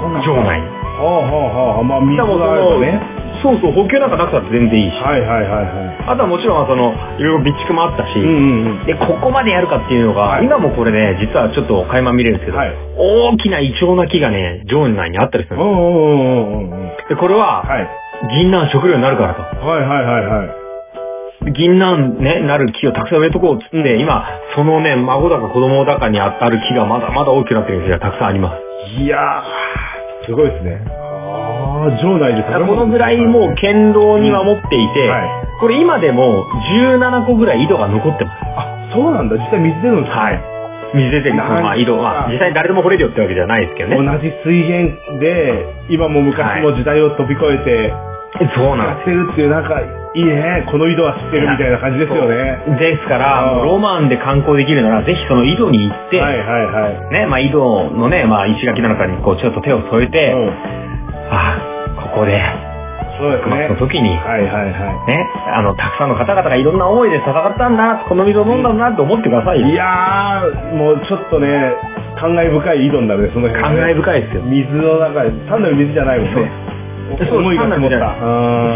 Speaker 2: こん
Speaker 3: ま
Speaker 2: な
Speaker 3: す。城内に。
Speaker 2: はあはあはあ。まあ、水
Speaker 3: だ
Speaker 2: が
Speaker 3: からもう
Speaker 2: あるとね。
Speaker 3: そのそうそう、補給なんかなくたって全然いいし。
Speaker 2: はいはいはいはい。
Speaker 3: あとはもちろん、その、いろいろ備蓄もあったし、
Speaker 2: うんうん
Speaker 3: で、ここまでやるかっていうのが、
Speaker 2: はい
Speaker 3: 今もこれね、実はちょっと垣間見れるんですけど、
Speaker 2: はい
Speaker 3: 大きなイチョウの木がね、城内にあったりするん
Speaker 2: う
Speaker 3: で
Speaker 2: ん。うんうんうんうんうん。
Speaker 3: す。で、これは、
Speaker 2: はい。
Speaker 3: 銀杏食料になるからと。
Speaker 2: はいはいはいはい。
Speaker 3: 銀杏ね、なる木をたくさん植えとこうっつって、
Speaker 2: うん
Speaker 3: 今、そのね、孫だか子供だかに当たる木がまだまだ大きくなってる木がたくさんあります。
Speaker 2: いやー、すごいですね。ああ、城内で
Speaker 3: だからこのぐらいもう堅牢に守っていて、
Speaker 2: はい
Speaker 3: これ今でも17個ぐらい井戸が残ってます。
Speaker 2: あ、そうなんだ。実際水出るんですか、
Speaker 3: はい。水出てる、
Speaker 2: なん
Speaker 3: まあ井戸
Speaker 2: あ
Speaker 3: は、実際に誰でも掘れるよってわけじゃないですけどね。
Speaker 2: 同じ水源で、今も昔も時代を飛び越えて、
Speaker 3: そう
Speaker 2: やっ
Speaker 3: なんです
Speaker 2: て
Speaker 3: よ。
Speaker 2: るっていう、なんか、いいね。この井戸は知ってるみたいな感じですよね。
Speaker 3: ですから、
Speaker 2: うん
Speaker 3: ロマンで観光できるなら、ぜひその井戸に行って、
Speaker 2: はいはいはい。
Speaker 3: ね、まあ井戸のね、まあ石垣なんかにこうちょっと手を添えて、
Speaker 2: うん。
Speaker 3: ああ、ここで、
Speaker 2: そうです
Speaker 3: まあ
Speaker 2: ね
Speaker 3: そ。の時に、ね、
Speaker 2: はいはいは
Speaker 3: あの、たくさんの方々がいろんな思いで戦ったんだ、この水を飲んだんだって思ってくださいよ。
Speaker 2: い。いやー、もうちょっとね、感慨深い井戸になるね、その辺
Speaker 3: 感
Speaker 2: はね
Speaker 3: 慨深いですよ。
Speaker 2: 水の中で、単なる水じゃないもんね。
Speaker 3: そう
Speaker 2: 思いがこもった。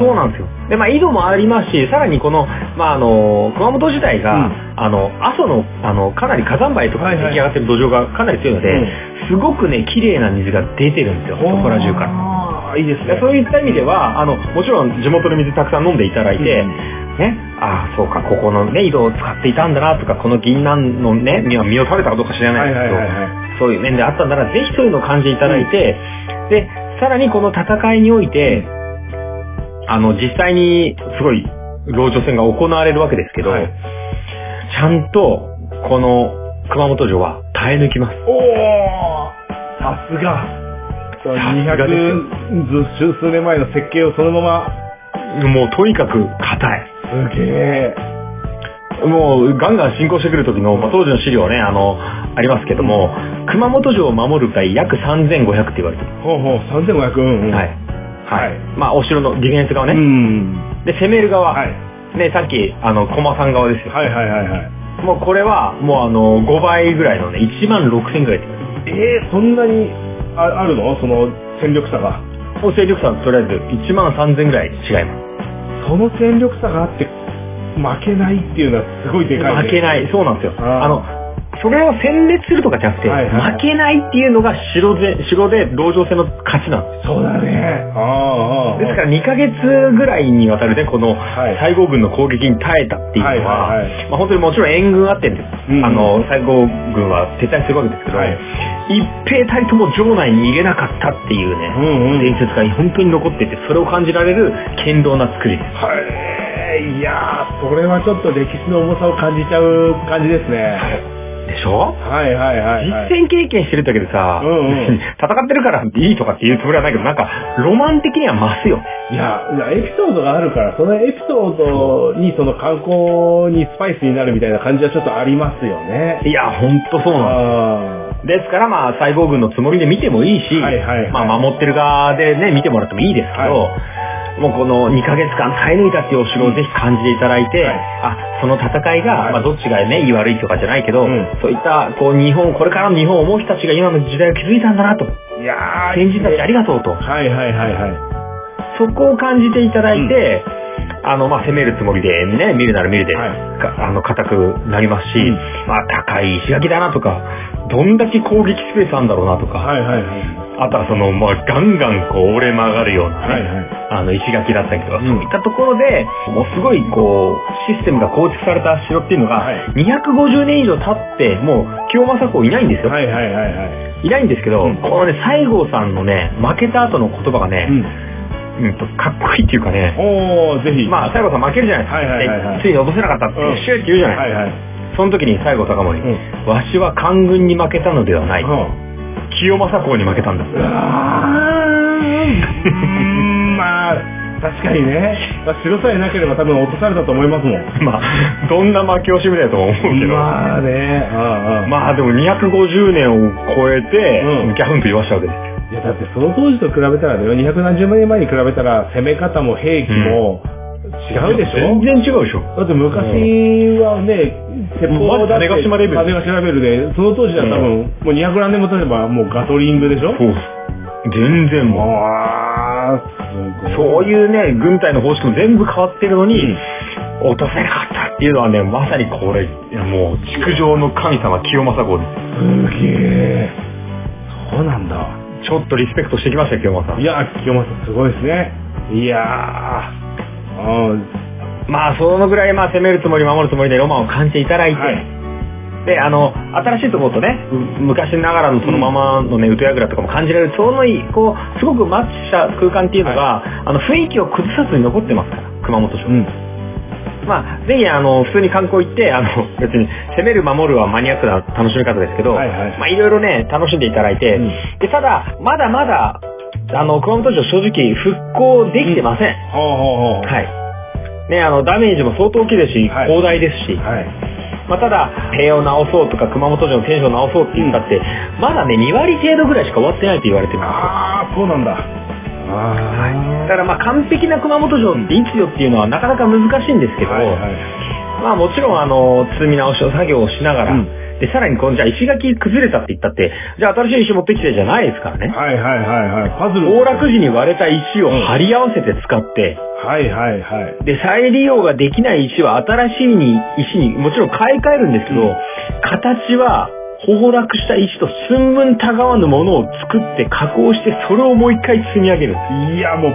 Speaker 3: そうなんですよ。で、まあ、井戸もありますし、さらにこの、まあ、あの、熊本自体が、
Speaker 2: うん
Speaker 3: あの、阿蘇の、あの、かなり火山灰とか
Speaker 2: はい
Speaker 3: で
Speaker 2: はい
Speaker 3: 出来上がってる土壌がかなり強いので、
Speaker 2: うん
Speaker 3: すごくね、綺麗な水が出てるんですよ、そこら中から。
Speaker 2: ら。いいですね
Speaker 3: で。そういった意味では、あの、もちろん地元の水たくさん飲んでいただいて、
Speaker 2: うん
Speaker 3: ね、ああ、そうか、ここのね、井戸を使っていたんだなとか、この銀杏のね、実は実を食べたかどうか知らな
Speaker 2: はいい
Speaker 3: です
Speaker 2: は
Speaker 3: け
Speaker 2: い
Speaker 3: ど、
Speaker 2: はいは
Speaker 3: そういう面であったなら、ぜひそういうのを感じていただいて、で、さらにこの戦いにおいて、あの、実際に、すごい、籠城戦が行われるわけですけ
Speaker 2: い。
Speaker 3: ど、
Speaker 2: はい
Speaker 3: ちゃんと、この、熊本城は耐え抜きます。
Speaker 2: おおさすが。
Speaker 3: さすがですよ
Speaker 2: 200ず数年前の設計をそのまま、
Speaker 3: もう、とにかく、硬い。
Speaker 2: すげえ。
Speaker 3: もう、ガンガン進行してくる時の、まあ当時の資料ね、あの、ありますけども、熊本城を守る会約3500って言われてる。
Speaker 2: ほうほう、3500。うんうん。
Speaker 3: はい。はい。まあ、お城のディフェンス側
Speaker 2: う
Speaker 3: ね。
Speaker 2: ん。
Speaker 3: で、攻める側。
Speaker 2: はい。
Speaker 3: ね、さっき、あの、駒さん側ですよ。
Speaker 2: はいはいはいはい。
Speaker 3: もうこれは、もうあの、5倍ぐらいのね、1万6000ぐらいって言われてる。
Speaker 2: えー、そんなにああるのその戦力差が。
Speaker 3: もう勢力差はとりあえず1万3000ぐらい違います。
Speaker 2: その戦力差があって、負けないっていうのはすごいでかい、ね。
Speaker 3: 負けない。そうなんですよ。
Speaker 2: あー
Speaker 3: あの、それを選別するとかじゃなくて、
Speaker 2: はいはいはい
Speaker 3: 負けないっていうのが城で、城で籠城戦の勝ちなんです。
Speaker 2: そうだね。ああ、ああ。
Speaker 3: ですから2ヶ月ぐらいにわたるね、この
Speaker 2: はい
Speaker 3: 西郷軍の攻撃に耐えたっていうのは、
Speaker 2: はいはいは
Speaker 3: まあ、本当にもちろん援軍あってんです。
Speaker 2: うん
Speaker 3: あの、西郷軍は撤退するわけですけど、
Speaker 2: はい
Speaker 3: 一兵隊とも城内に入れなかったっていうね、
Speaker 2: うんうん
Speaker 3: 伝説が本当に残ってて、それを感じられる堅牢な作りです。
Speaker 2: はい。いやー、それはちょっと歴史の重さを感じちゃう感じですね。
Speaker 3: でしょ
Speaker 2: はいはいはい、はい。
Speaker 3: 実践経験してるだけでさ、
Speaker 2: うんうん
Speaker 3: 別に 戦ってるからいいとかっていうつもりはないけど、なんか、ロマン的には増すよね。
Speaker 2: いや、いやエピソードがあるから、そのエピソードにその観光にスパイスになるみたいな感じはちょっとありますよね。
Speaker 3: いや、ほんとそうなの。
Speaker 2: あ
Speaker 3: ですからまあ、西郷軍のつもりで見てもいいし、
Speaker 2: はいはいはい
Speaker 3: まあ、守ってる側でね、見てもらってもいいですけど、
Speaker 2: は
Speaker 3: もうこの2ヶ月間耐え抜いたっていうお城をぜひ感じていただいて、
Speaker 2: はい
Speaker 3: あ、その戦いが、
Speaker 2: はい
Speaker 3: まあ、どっちがね、いい悪いとかじゃないけど、
Speaker 2: うん
Speaker 3: そういった、こう、日本、これからの日本を思う人たちが今の時代を築いたんだなと、
Speaker 2: ーいやー、
Speaker 3: 先人たちありがとうと、
Speaker 2: はいはいはいはい。
Speaker 3: そこを感じていただいて、あの、まあ、攻めるつもりで、ね、見るなら見るで、
Speaker 2: はい
Speaker 3: かあの、硬くなりますし、
Speaker 2: うん
Speaker 3: まあ、高い石垣だなとか、どんだけ攻撃スペースあるんだろうなとか、
Speaker 2: はいはいはい。
Speaker 3: あとはその、まあ、ガンガンこう折れ曲がるようなね、
Speaker 2: はいはい。
Speaker 3: あの、石垣だったりとか、
Speaker 2: うん
Speaker 3: そういったところで、もうすごいこう、システムが構築された城っていうのが、
Speaker 2: はい
Speaker 3: 250年以上経って、もう、清正公いないんですよ。、
Speaker 2: はいいはいはいはい。
Speaker 3: ないんですけど、
Speaker 2: うん
Speaker 3: このね、西郷さんのね、負けた後の言葉が
Speaker 2: う
Speaker 3: ね、
Speaker 2: ん。
Speaker 3: うん、とかっこいいっていうかね、
Speaker 2: おー、ぜひ。
Speaker 3: まあ、西郷さん負けるじゃないですか。
Speaker 2: はいはいはいはい
Speaker 3: でついに落とせなかったって、
Speaker 2: うん
Speaker 3: シューって言うじゃない、
Speaker 2: はいはい。
Speaker 3: その時に西郷隆盛、
Speaker 2: う
Speaker 3: わしは官軍に負けたのではない。
Speaker 2: うん。
Speaker 3: 清正公に負けたんだ。
Speaker 2: うわーうーんまあ、確かにね。白さえなければ多分落とされたと思いますもん。
Speaker 3: まあ、どんな負け惜しみだよとも思うけど。
Speaker 2: まあね、ああ、ああ。
Speaker 3: まあでも250年を超えて、
Speaker 2: うん
Speaker 3: ギャフンと言わしたわけですよ。
Speaker 2: いやだってその当時と比べたらね、2 7 0年前に比べたら攻め方も兵器も違うでしょ、
Speaker 3: 全然違うでしょ。
Speaker 2: だって昔はね、鉄砲だって、
Speaker 3: 種子島レベル
Speaker 2: 種子島レベルで、その当時は多分、もう200何年も経てばもうガソリングでしょ
Speaker 3: そう。全然も
Speaker 2: ああ、す
Speaker 3: う。
Speaker 2: ごい。う。
Speaker 3: そういうね、軍隊の方式も全部変わってるのに、
Speaker 2: うん
Speaker 3: 落とせなかったっていうのはね、まさにこれ、いやもう、築城の神様、清正公です。
Speaker 2: すげえ。そうなんだ。
Speaker 3: ちょっとリスペクトしてきましたよ、清正。
Speaker 2: いや、清正すごいですね。いやー。あ
Speaker 3: まあ、そのぐらい、まあ、攻めるつもり、守るつもりでロマンを感じていただいて、
Speaker 2: はい
Speaker 3: で、あの、新しいところとね、う昔ながらのそのままのね、宇都櫓とかも感じられる、ちょうどいい、こう、すごくマッチした空間っていうのが、あの、雰囲気を崩さずに残ってますから、熊本
Speaker 2: あ
Speaker 3: 城。
Speaker 2: うん。
Speaker 3: まあ、ぜひ、あの、普通に観光行って、あの、別に、攻める、守るはマニアックな楽しみ方ですけど、
Speaker 2: はいはい
Speaker 3: まあ、いろいろね、楽しんでいただいて、
Speaker 2: うん
Speaker 3: で、ただ、まだまだ、あの、熊本城正直、復興できてません
Speaker 2: はあはあはあ。
Speaker 3: はい。ね、あの、ダメージも相当大きいですし、
Speaker 2: はい
Speaker 3: 広大ですし、
Speaker 2: はい。
Speaker 3: まあ、ただ、平和を直そうとか、熊本城の天守を直そうって言ったって、まだね、2割程度ぐらいしか終わってないと言われてるんですよ。
Speaker 2: ああ、そうなんだ。あ
Speaker 3: だからまあ、完璧な熊本城っていつよっていうのはなかなか難しいんですけど、
Speaker 2: はいはい。
Speaker 3: まあもちろんあの、積み直しの作業をしながら、
Speaker 2: うん
Speaker 3: で、さらにこの、じゃあ石垣崩れたって言ったって、じゃあ新しい石持ってきてじゃないですからね。
Speaker 2: はいはいはいはい。パズル。
Speaker 3: 崩落時に割れた石を張り合わせて使って、
Speaker 2: はいはいはい。
Speaker 3: で、再利用ができない石は新しいに石にもちろん買い替えるんですけど、
Speaker 2: うん
Speaker 3: 形は崩落した石と寸分たがわぬものを作って加工してそれをもう一回積み上げる。
Speaker 2: いや、もう、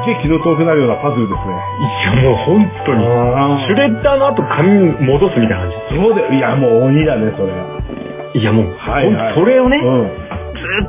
Speaker 2: すげえ気の遠くなるようなパズルですね。
Speaker 3: いやもう本当に。
Speaker 2: あ
Speaker 3: シュレッダーの後紙戻すみたいな感
Speaker 2: そうで、いや、もう鬼だね、それ。
Speaker 3: じ。いやもう、
Speaker 2: はいはい
Speaker 3: ほんとそれをね、
Speaker 2: うん。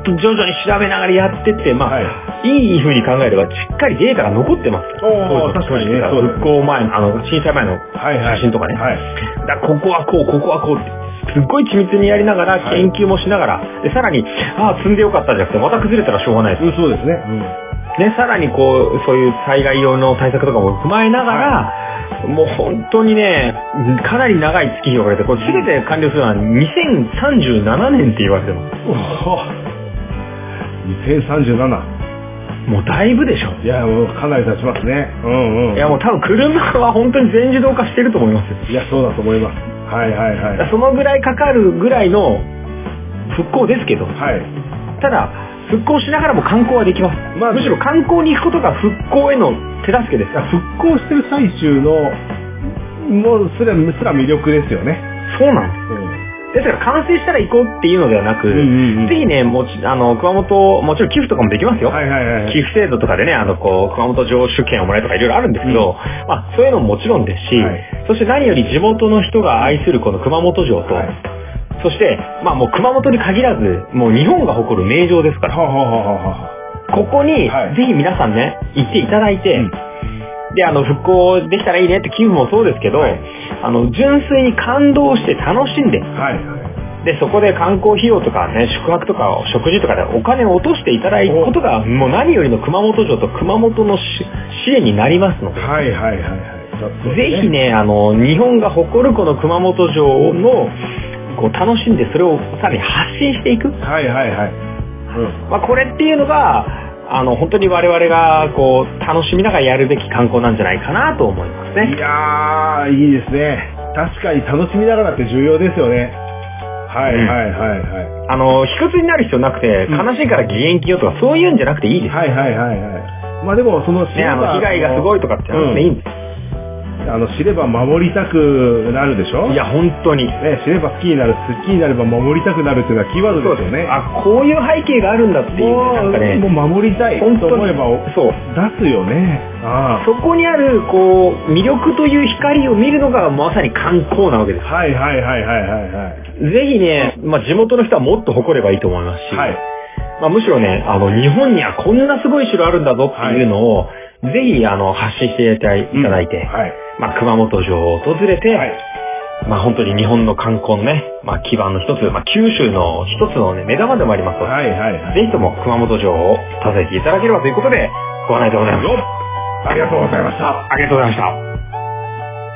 Speaker 3: ずーっと徐々に調べながらやってって、ま
Speaker 2: は
Speaker 3: あ、
Speaker 2: い
Speaker 3: い、い風に考えれば、しっかりデータが残ってます。
Speaker 2: おー
Speaker 3: 当時の
Speaker 2: 確かにね
Speaker 3: 当
Speaker 2: そうですね
Speaker 3: 時の復興前の、あの、震災前の
Speaker 2: はいはい。
Speaker 3: 写真とかね。
Speaker 2: はい。
Speaker 3: だからここはこう、ここはこうって。すっごい緻密にやりながら、
Speaker 2: はい
Speaker 3: 研究もしながら、で、さらに、ああ、積んでよかったじゃなくて、また崩れたらしょうがないで
Speaker 2: うん、そうですね。うん。
Speaker 3: す。ね、さらにこう、そういう災害用の対策とかも踏まえながら、もう本当にね、かなり長い月日をかけて、これ全て完了するのは2037年って言われてます。
Speaker 2: おぉ。2037。
Speaker 3: もうだいぶでしょ。
Speaker 2: いや、もうかなり経ちますね。うんうん。
Speaker 3: いやもう多分車は本当に全自動化してると思いますよ。
Speaker 2: いや、そうだと思います。はいはいはい。
Speaker 3: そのぐらいかかるぐらいの復興ですけど、
Speaker 2: はい。
Speaker 3: ただ復興しながらも観光はできます。
Speaker 2: まあ
Speaker 3: むしろ観光に行くことが復興への手助けです。
Speaker 2: 復興してる最中の、もうすら、すら魅力ですよね。
Speaker 3: そうなんで
Speaker 2: う
Speaker 3: す。
Speaker 2: ん。
Speaker 3: ですから完成したら行こうっていうのではなく、
Speaker 2: うんうんうん
Speaker 3: ぜひね、もち、あの、熊本、もちろん寄付とかもできますよ。
Speaker 2: はいはいはいはい。
Speaker 3: 寄付制度とかでね、あの、こう、熊本城主権をもらえとかいろいろあるんですけど、
Speaker 2: うん
Speaker 3: まあ、そういうのももちろんですし、
Speaker 2: はい
Speaker 3: そして何より地元の人が愛するこの熊本城と、
Speaker 2: はい
Speaker 3: そして、まあもう熊本に限らず、もう日本が誇る名城ですか
Speaker 2: は
Speaker 3: ら、
Speaker 2: はははは
Speaker 3: ここに、
Speaker 2: はい
Speaker 3: ぜひ皆さんね、行っていただいて、
Speaker 2: うん
Speaker 3: で、あの、復興できたらいいねって寄付もそうですけど、
Speaker 2: はい
Speaker 3: あの、純粋に感動して楽しんで、
Speaker 2: はいはい。
Speaker 3: で、そこで観光費用とかね、宿泊とか食事とかでお金を落としていただくことが、もう何よりの熊本城と熊本のし支援になりますので、
Speaker 2: はいはいはいはい。
Speaker 3: ぜひ。ね、あの、日本が誇るこの熊本城の、こう楽しんでそれをさらに発信していく。
Speaker 2: はいはいはい。うん。
Speaker 3: まあ、これっていうのが、あの、本当に我々が、こう、楽しみながらやるべき観光なんじゃないかなと思います
Speaker 2: い
Speaker 3: ね。
Speaker 2: やー、いいですね。確かに楽しみながらって重要ですよね。はい
Speaker 3: うん
Speaker 2: はいはいはい。
Speaker 3: あの、卑屈になる必要なくて、
Speaker 2: うん
Speaker 3: 悲しいから義援金よとか、そういうんじゃなくていいです。
Speaker 2: はいはいはいはい。まあでも、その、知
Speaker 3: ね、あの、被害がすごいとかって
Speaker 2: う
Speaker 3: 話
Speaker 2: ん
Speaker 3: でいいんで
Speaker 2: あの、知れば守りたくなるでしょ
Speaker 3: す。い。や、本当に。
Speaker 2: ね、知れば好きになる、好きになれば守りたくなるっていうのはキーワードですよね。
Speaker 3: あ、こういう背景があるんだっていう、なんかね、
Speaker 2: もう、もう守りたいと
Speaker 3: 本当に
Speaker 2: 思えば、
Speaker 3: そう。
Speaker 2: 出すよね。あ
Speaker 3: そこにある、こう、魅力という光を見るのがまさに観光なわけで
Speaker 2: あ。はいはいはいはいはいはい。
Speaker 3: す。ぜひね、まあ、地元の人はもっと誇ればいいと思いますし、
Speaker 2: はい。
Speaker 3: まあ、むしろね、あの、日本にはこんなすごい城あるんだぞっていうのを、ぜひ、あの、発信していただいて、
Speaker 2: はい。
Speaker 3: まあ、熊本城を訪れて、
Speaker 2: はい。
Speaker 3: まあ、本当に日本の観光のね、まあ、基盤の一つ、まあ、九州の一つのね、目玉でもありますので、
Speaker 2: はいはいはい。
Speaker 3: ぜひとも熊本城を訪ねていただければということで、ご案内でございます。
Speaker 2: よっありがとうございました。
Speaker 3: ありがとうございました。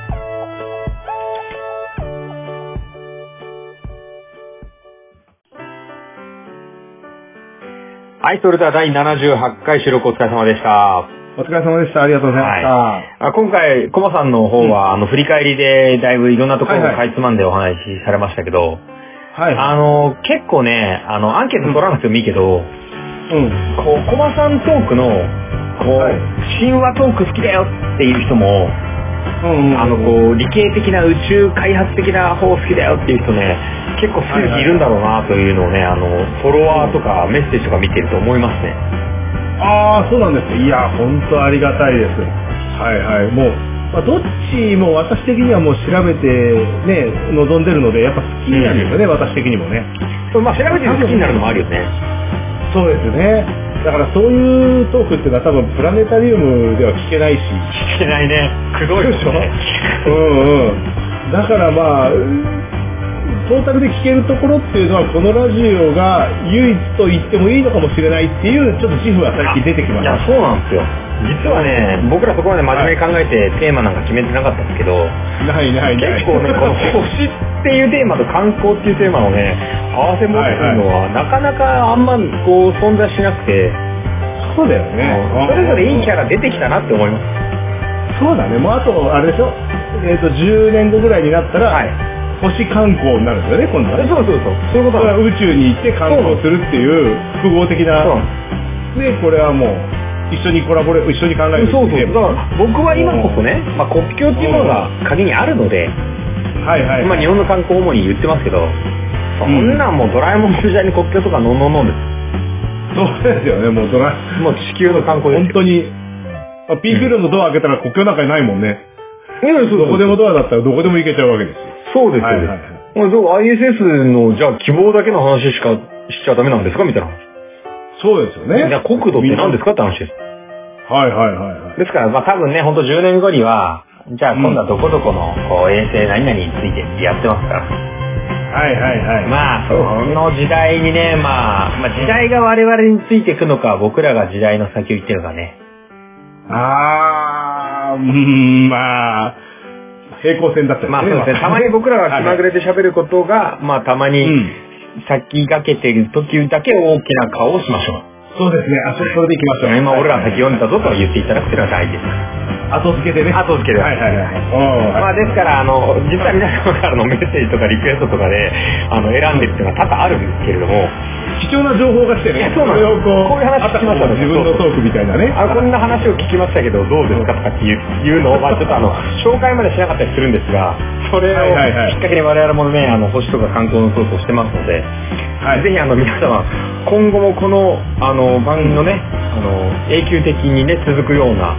Speaker 3: はい、それでは第78回収録お疲れ様でした。
Speaker 2: お疲れ様でした。ありがとうございました。
Speaker 3: あ今回、コマさんの方は、あの、振り返りで、だいぶいろんなところを
Speaker 2: はいはい
Speaker 3: かいつまんでお話しされましたけど、
Speaker 2: はい。
Speaker 3: あの、結構ね、あの、アンケート取らなくてもいいけど、
Speaker 2: うん。
Speaker 3: こう、コマさんトークの、こう、
Speaker 2: はい
Speaker 3: 神話トーク好きだよっていう人も、
Speaker 2: うん、うん。
Speaker 3: あの、こう、理系的な宇宙開発的な方好きだよっていう人ね、結構好きな人いるんだろうなというのをね、あの、フォロワーとかメッセージとか見てると思いますね。
Speaker 2: ああ、そうなんです。いや、本当ありがたいです。はいはい。もう、まあ、どっちも私的にはもう調べてね、望んでるので、やっぱ好きなんですよね、私的にもね。
Speaker 3: そう、まあ調べてると好きになるのもあるよね。
Speaker 2: そうですね。だからそういうトークっていうのは多分プラネタリウムでは聞けないし。
Speaker 3: 聞けないね。くどいでしょ。
Speaker 2: うんうん。だからまあ、トータルで聞けるところっていうのは、このラジオが唯一と言ってもいいのかもしれないっていう、ちょっと自負は最近出てきま
Speaker 3: い
Speaker 2: した。
Speaker 3: や、そうなんですよ。実はね、僕らそこまで真面目に考えてテーマなんか決めてなかったんですけど、
Speaker 2: ないないない。
Speaker 3: 結構ね、この星っていうテーマと観光っていうテーマをね、合わせ持つのは、なかなかあんまこう存在しなくて、
Speaker 2: そうだよね。
Speaker 3: それぞれいいキャ
Speaker 2: ラ。
Speaker 3: ラ出てきたなって思います。
Speaker 2: そうだね。もうあと、あれでしょえっ、と、10年後ぐらいになったら、
Speaker 3: はい
Speaker 2: 星観光になるんだよね、今度はね。
Speaker 3: そうそうそう。そういうこ
Speaker 2: だか
Speaker 3: と
Speaker 2: ら
Speaker 3: なんです。
Speaker 2: 宇宙に行って観光するっていう複合的な。
Speaker 3: そう
Speaker 2: で、これはもう、一緒にコラボレ、一緒に考える
Speaker 3: そうそう。
Speaker 2: ってい
Speaker 3: だから僕は今こそね、まあ、国境っていうものが鍵にあるので、
Speaker 2: はいはい。
Speaker 3: まあ、日本の観光を主に言ってますけど、そんなんもうドラえもんの時代に国境とかのんのんのんで
Speaker 2: そうですよね、もうドラ、
Speaker 3: す。もう地球の観光
Speaker 2: 本
Speaker 3: ですよ。
Speaker 2: 当に、まあ、ピークルのドア開けたら国境なんかにないもんね。
Speaker 3: うんそう
Speaker 2: どこでも
Speaker 3: そう
Speaker 2: ドアだったらどこでも行けちゃうわけですよ。
Speaker 3: そうですよ。
Speaker 2: はいはいはい
Speaker 3: もうそう ISS の、じゃあ希望だけの話しかしちゃダメなんですかみたいな話。
Speaker 2: そうですよね。
Speaker 3: じゃあ国土って何ですかって話です。
Speaker 2: はいはいはいはい。
Speaker 3: ですから、まあ多分ね、ほんと10年後には、じゃあ今度はどこどこのこう衛星何々についてやってますから。
Speaker 2: はいはいはい。
Speaker 3: まあ、その時代にね、まあ、まあ、時代が我々についていくのか、僕らが時代の先を行ってるのかね。
Speaker 2: あー、うーん、まあ、平行線だったよ
Speaker 3: まあ、そうですね。たまに僕らが気まぐれで喋ることが、まあ、たま
Speaker 2: う
Speaker 3: に
Speaker 2: ん。
Speaker 3: 先駆けてる時だけ大きな顔をしましょう。
Speaker 2: そうですね。あ、そそれで行きましょう。
Speaker 3: 今、俺ら先読ん
Speaker 2: だ。
Speaker 3: だぞと言っていただくというのは大事です。
Speaker 2: 後付けでね。
Speaker 3: 後付けで
Speaker 2: はいはいはい。うん
Speaker 3: まあ、ですから、あの、実は皆様からのメッセージとかリクエストとかで、あの、選んでるっていうのは多々あるんですけれども、
Speaker 2: 貴重な情報が来て
Speaker 3: い
Speaker 2: ね
Speaker 3: や。そうなの
Speaker 2: れをこう、
Speaker 3: こういう話聞きましたね
Speaker 2: あたかも自分のトークみたいなね。
Speaker 3: あのこんな話を聞きましたけどどうですかとかっていういうのを、まあ、ちょっとあ の紹介までしなかったりするんですがそれ
Speaker 2: はいはいは
Speaker 3: を
Speaker 2: い
Speaker 3: きっかけに我々もねあの星とか観光のトークをしてますので、
Speaker 2: はい
Speaker 3: ぜひあの皆様今後もこのあの番組のねあの永久的にね続くような、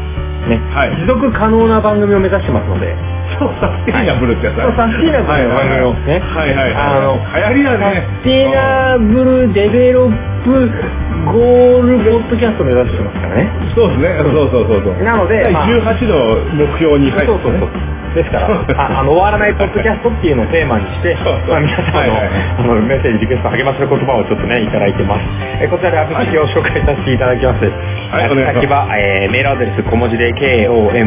Speaker 3: ね
Speaker 2: はい
Speaker 3: 持続可能な番組を目指してますので。
Speaker 2: そう、サスティナブルってやつ
Speaker 3: そうサスティナブルの番組をね
Speaker 2: はいはいはい。
Speaker 3: あの
Speaker 2: 流行りだ
Speaker 3: サ
Speaker 2: ね。
Speaker 3: スティナブルデベロップゴールポッドキャストを目指してますからね。
Speaker 2: そうですね。そうそうそうそう。
Speaker 3: なので
Speaker 2: 第
Speaker 3: まあ
Speaker 2: 18の目標に入って
Speaker 3: そ
Speaker 2: ね
Speaker 3: うそうそう。ですから、ああの、終わらないポッドキャストっていうのをテーマにして、
Speaker 2: そうそう
Speaker 3: まあ、皆さんの,、
Speaker 2: はいはい
Speaker 3: あのメッセージ、リクエスト、励ましの言葉をちょっとね、いただいてます。えこちらで宛先を紹介させていただきます。
Speaker 2: いお願いします
Speaker 3: 宛先は、えーメールアドレス小文字で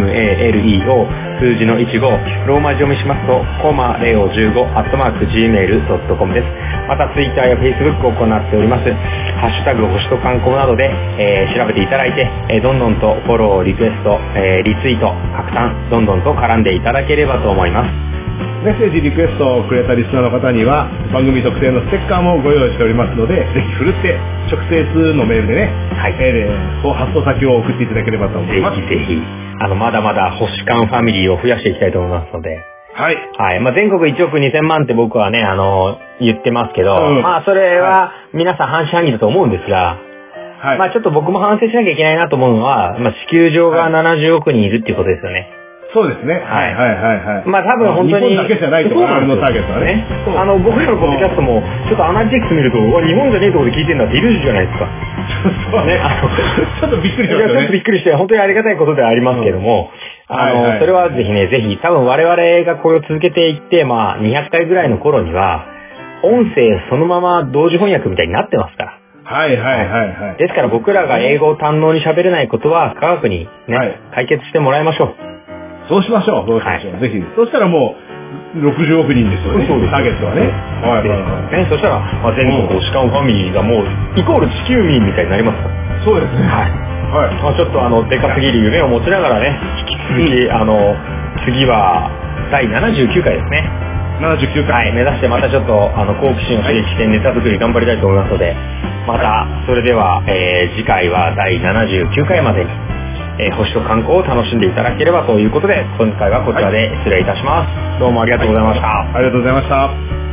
Speaker 3: KOMALEO 数字の15、ローマ字読みしますと、コマレオ15、アットマーク Gmail.com です。また、ツイッターやフェイスブックを行っております。ハッシュタグ、星と観光などで、えー調べていただいて、えーどんどんとフォロー、リクエスト、えーリツイート、拡散、どんどんと絡んでいただければと思います。
Speaker 2: メッセージリクエストをくれたリスナーの方には、番組特製のステッカーもご用意しておりますので、ぜひふるって、直接のメールでね、
Speaker 3: はい
Speaker 2: えーそう発送先を送っていただければと思
Speaker 3: ぜ
Speaker 2: います。
Speaker 3: ひぜひ、あの、まだまだ星間ファミリーを増やしていきたいと思いますので、
Speaker 2: はい。
Speaker 3: はい。まあ、全国1億2000万って僕はね、あの、言ってますけど、
Speaker 2: うん
Speaker 3: まあ、それは皆さん半信半疑だと思うんですが、
Speaker 2: はい。
Speaker 3: まあ、ちょっと僕も反省しなきゃいけないなと思うのは、まあ、地球上
Speaker 2: は
Speaker 3: が
Speaker 2: い
Speaker 3: 70億人いるっていうことですよね。
Speaker 2: そうですね。はいいはいはいはい。
Speaker 3: まあ、多分本当に。
Speaker 2: 日本だけじゃないと、
Speaker 3: そう
Speaker 2: 我々
Speaker 3: んで
Speaker 2: の
Speaker 3: すよ
Speaker 2: ターゲットはね。そう
Speaker 3: あの、僕らのポッドキャストも、ちょっとアナリティクス見ると、うわ日本じゃねえとこで聞いてんだっているじゃないですか。
Speaker 2: そう
Speaker 3: ね
Speaker 2: ね
Speaker 3: あの。
Speaker 2: ちょっとびっくりし
Speaker 3: い
Speaker 2: まし
Speaker 3: や、
Speaker 2: た
Speaker 3: ちょっとび
Speaker 2: ね。
Speaker 3: っくりして、本当にありがたいことではありますけども、
Speaker 2: うん
Speaker 3: あの、
Speaker 2: はいはい
Speaker 3: それはぜひね、ぜひ、多分我々がこれを続けていって、まあ、200回ぐらいの頃には、音声そのまま同時翻訳みたいになってますから。
Speaker 2: はいはいはいはい。
Speaker 3: ですから僕らが英語を堪能に喋れないことは科学にね、
Speaker 2: はい
Speaker 3: 解決してもらいましょう。
Speaker 2: そうしましょう、そうしましょう。ぜひ。そしたらもう、60億人ですよね。
Speaker 3: そうです
Speaker 2: ターゲットはね。はいはいはい。
Speaker 3: ね、そしたら、まあ、全国おしかもファミリーがもう、イコール地球民みたいになりますから。
Speaker 2: そうですね。
Speaker 3: はい。
Speaker 2: はい。
Speaker 3: まあ、ちょっとあの、でかすぎる夢を持ちながらね、引き続き、あの、次は、第79回ですね。
Speaker 2: 79
Speaker 3: は
Speaker 2: 回。
Speaker 3: い、目指してまたちょっと、あの、好奇心を刺激してネタ作り頑張りたいと思いますので、また、それでは、えー、次回は第79回までに、えー、星と観光を楽しんでいただければということで、今回はこちらで失礼いたします。どうもありがとうございました。
Speaker 2: ありがとうございました。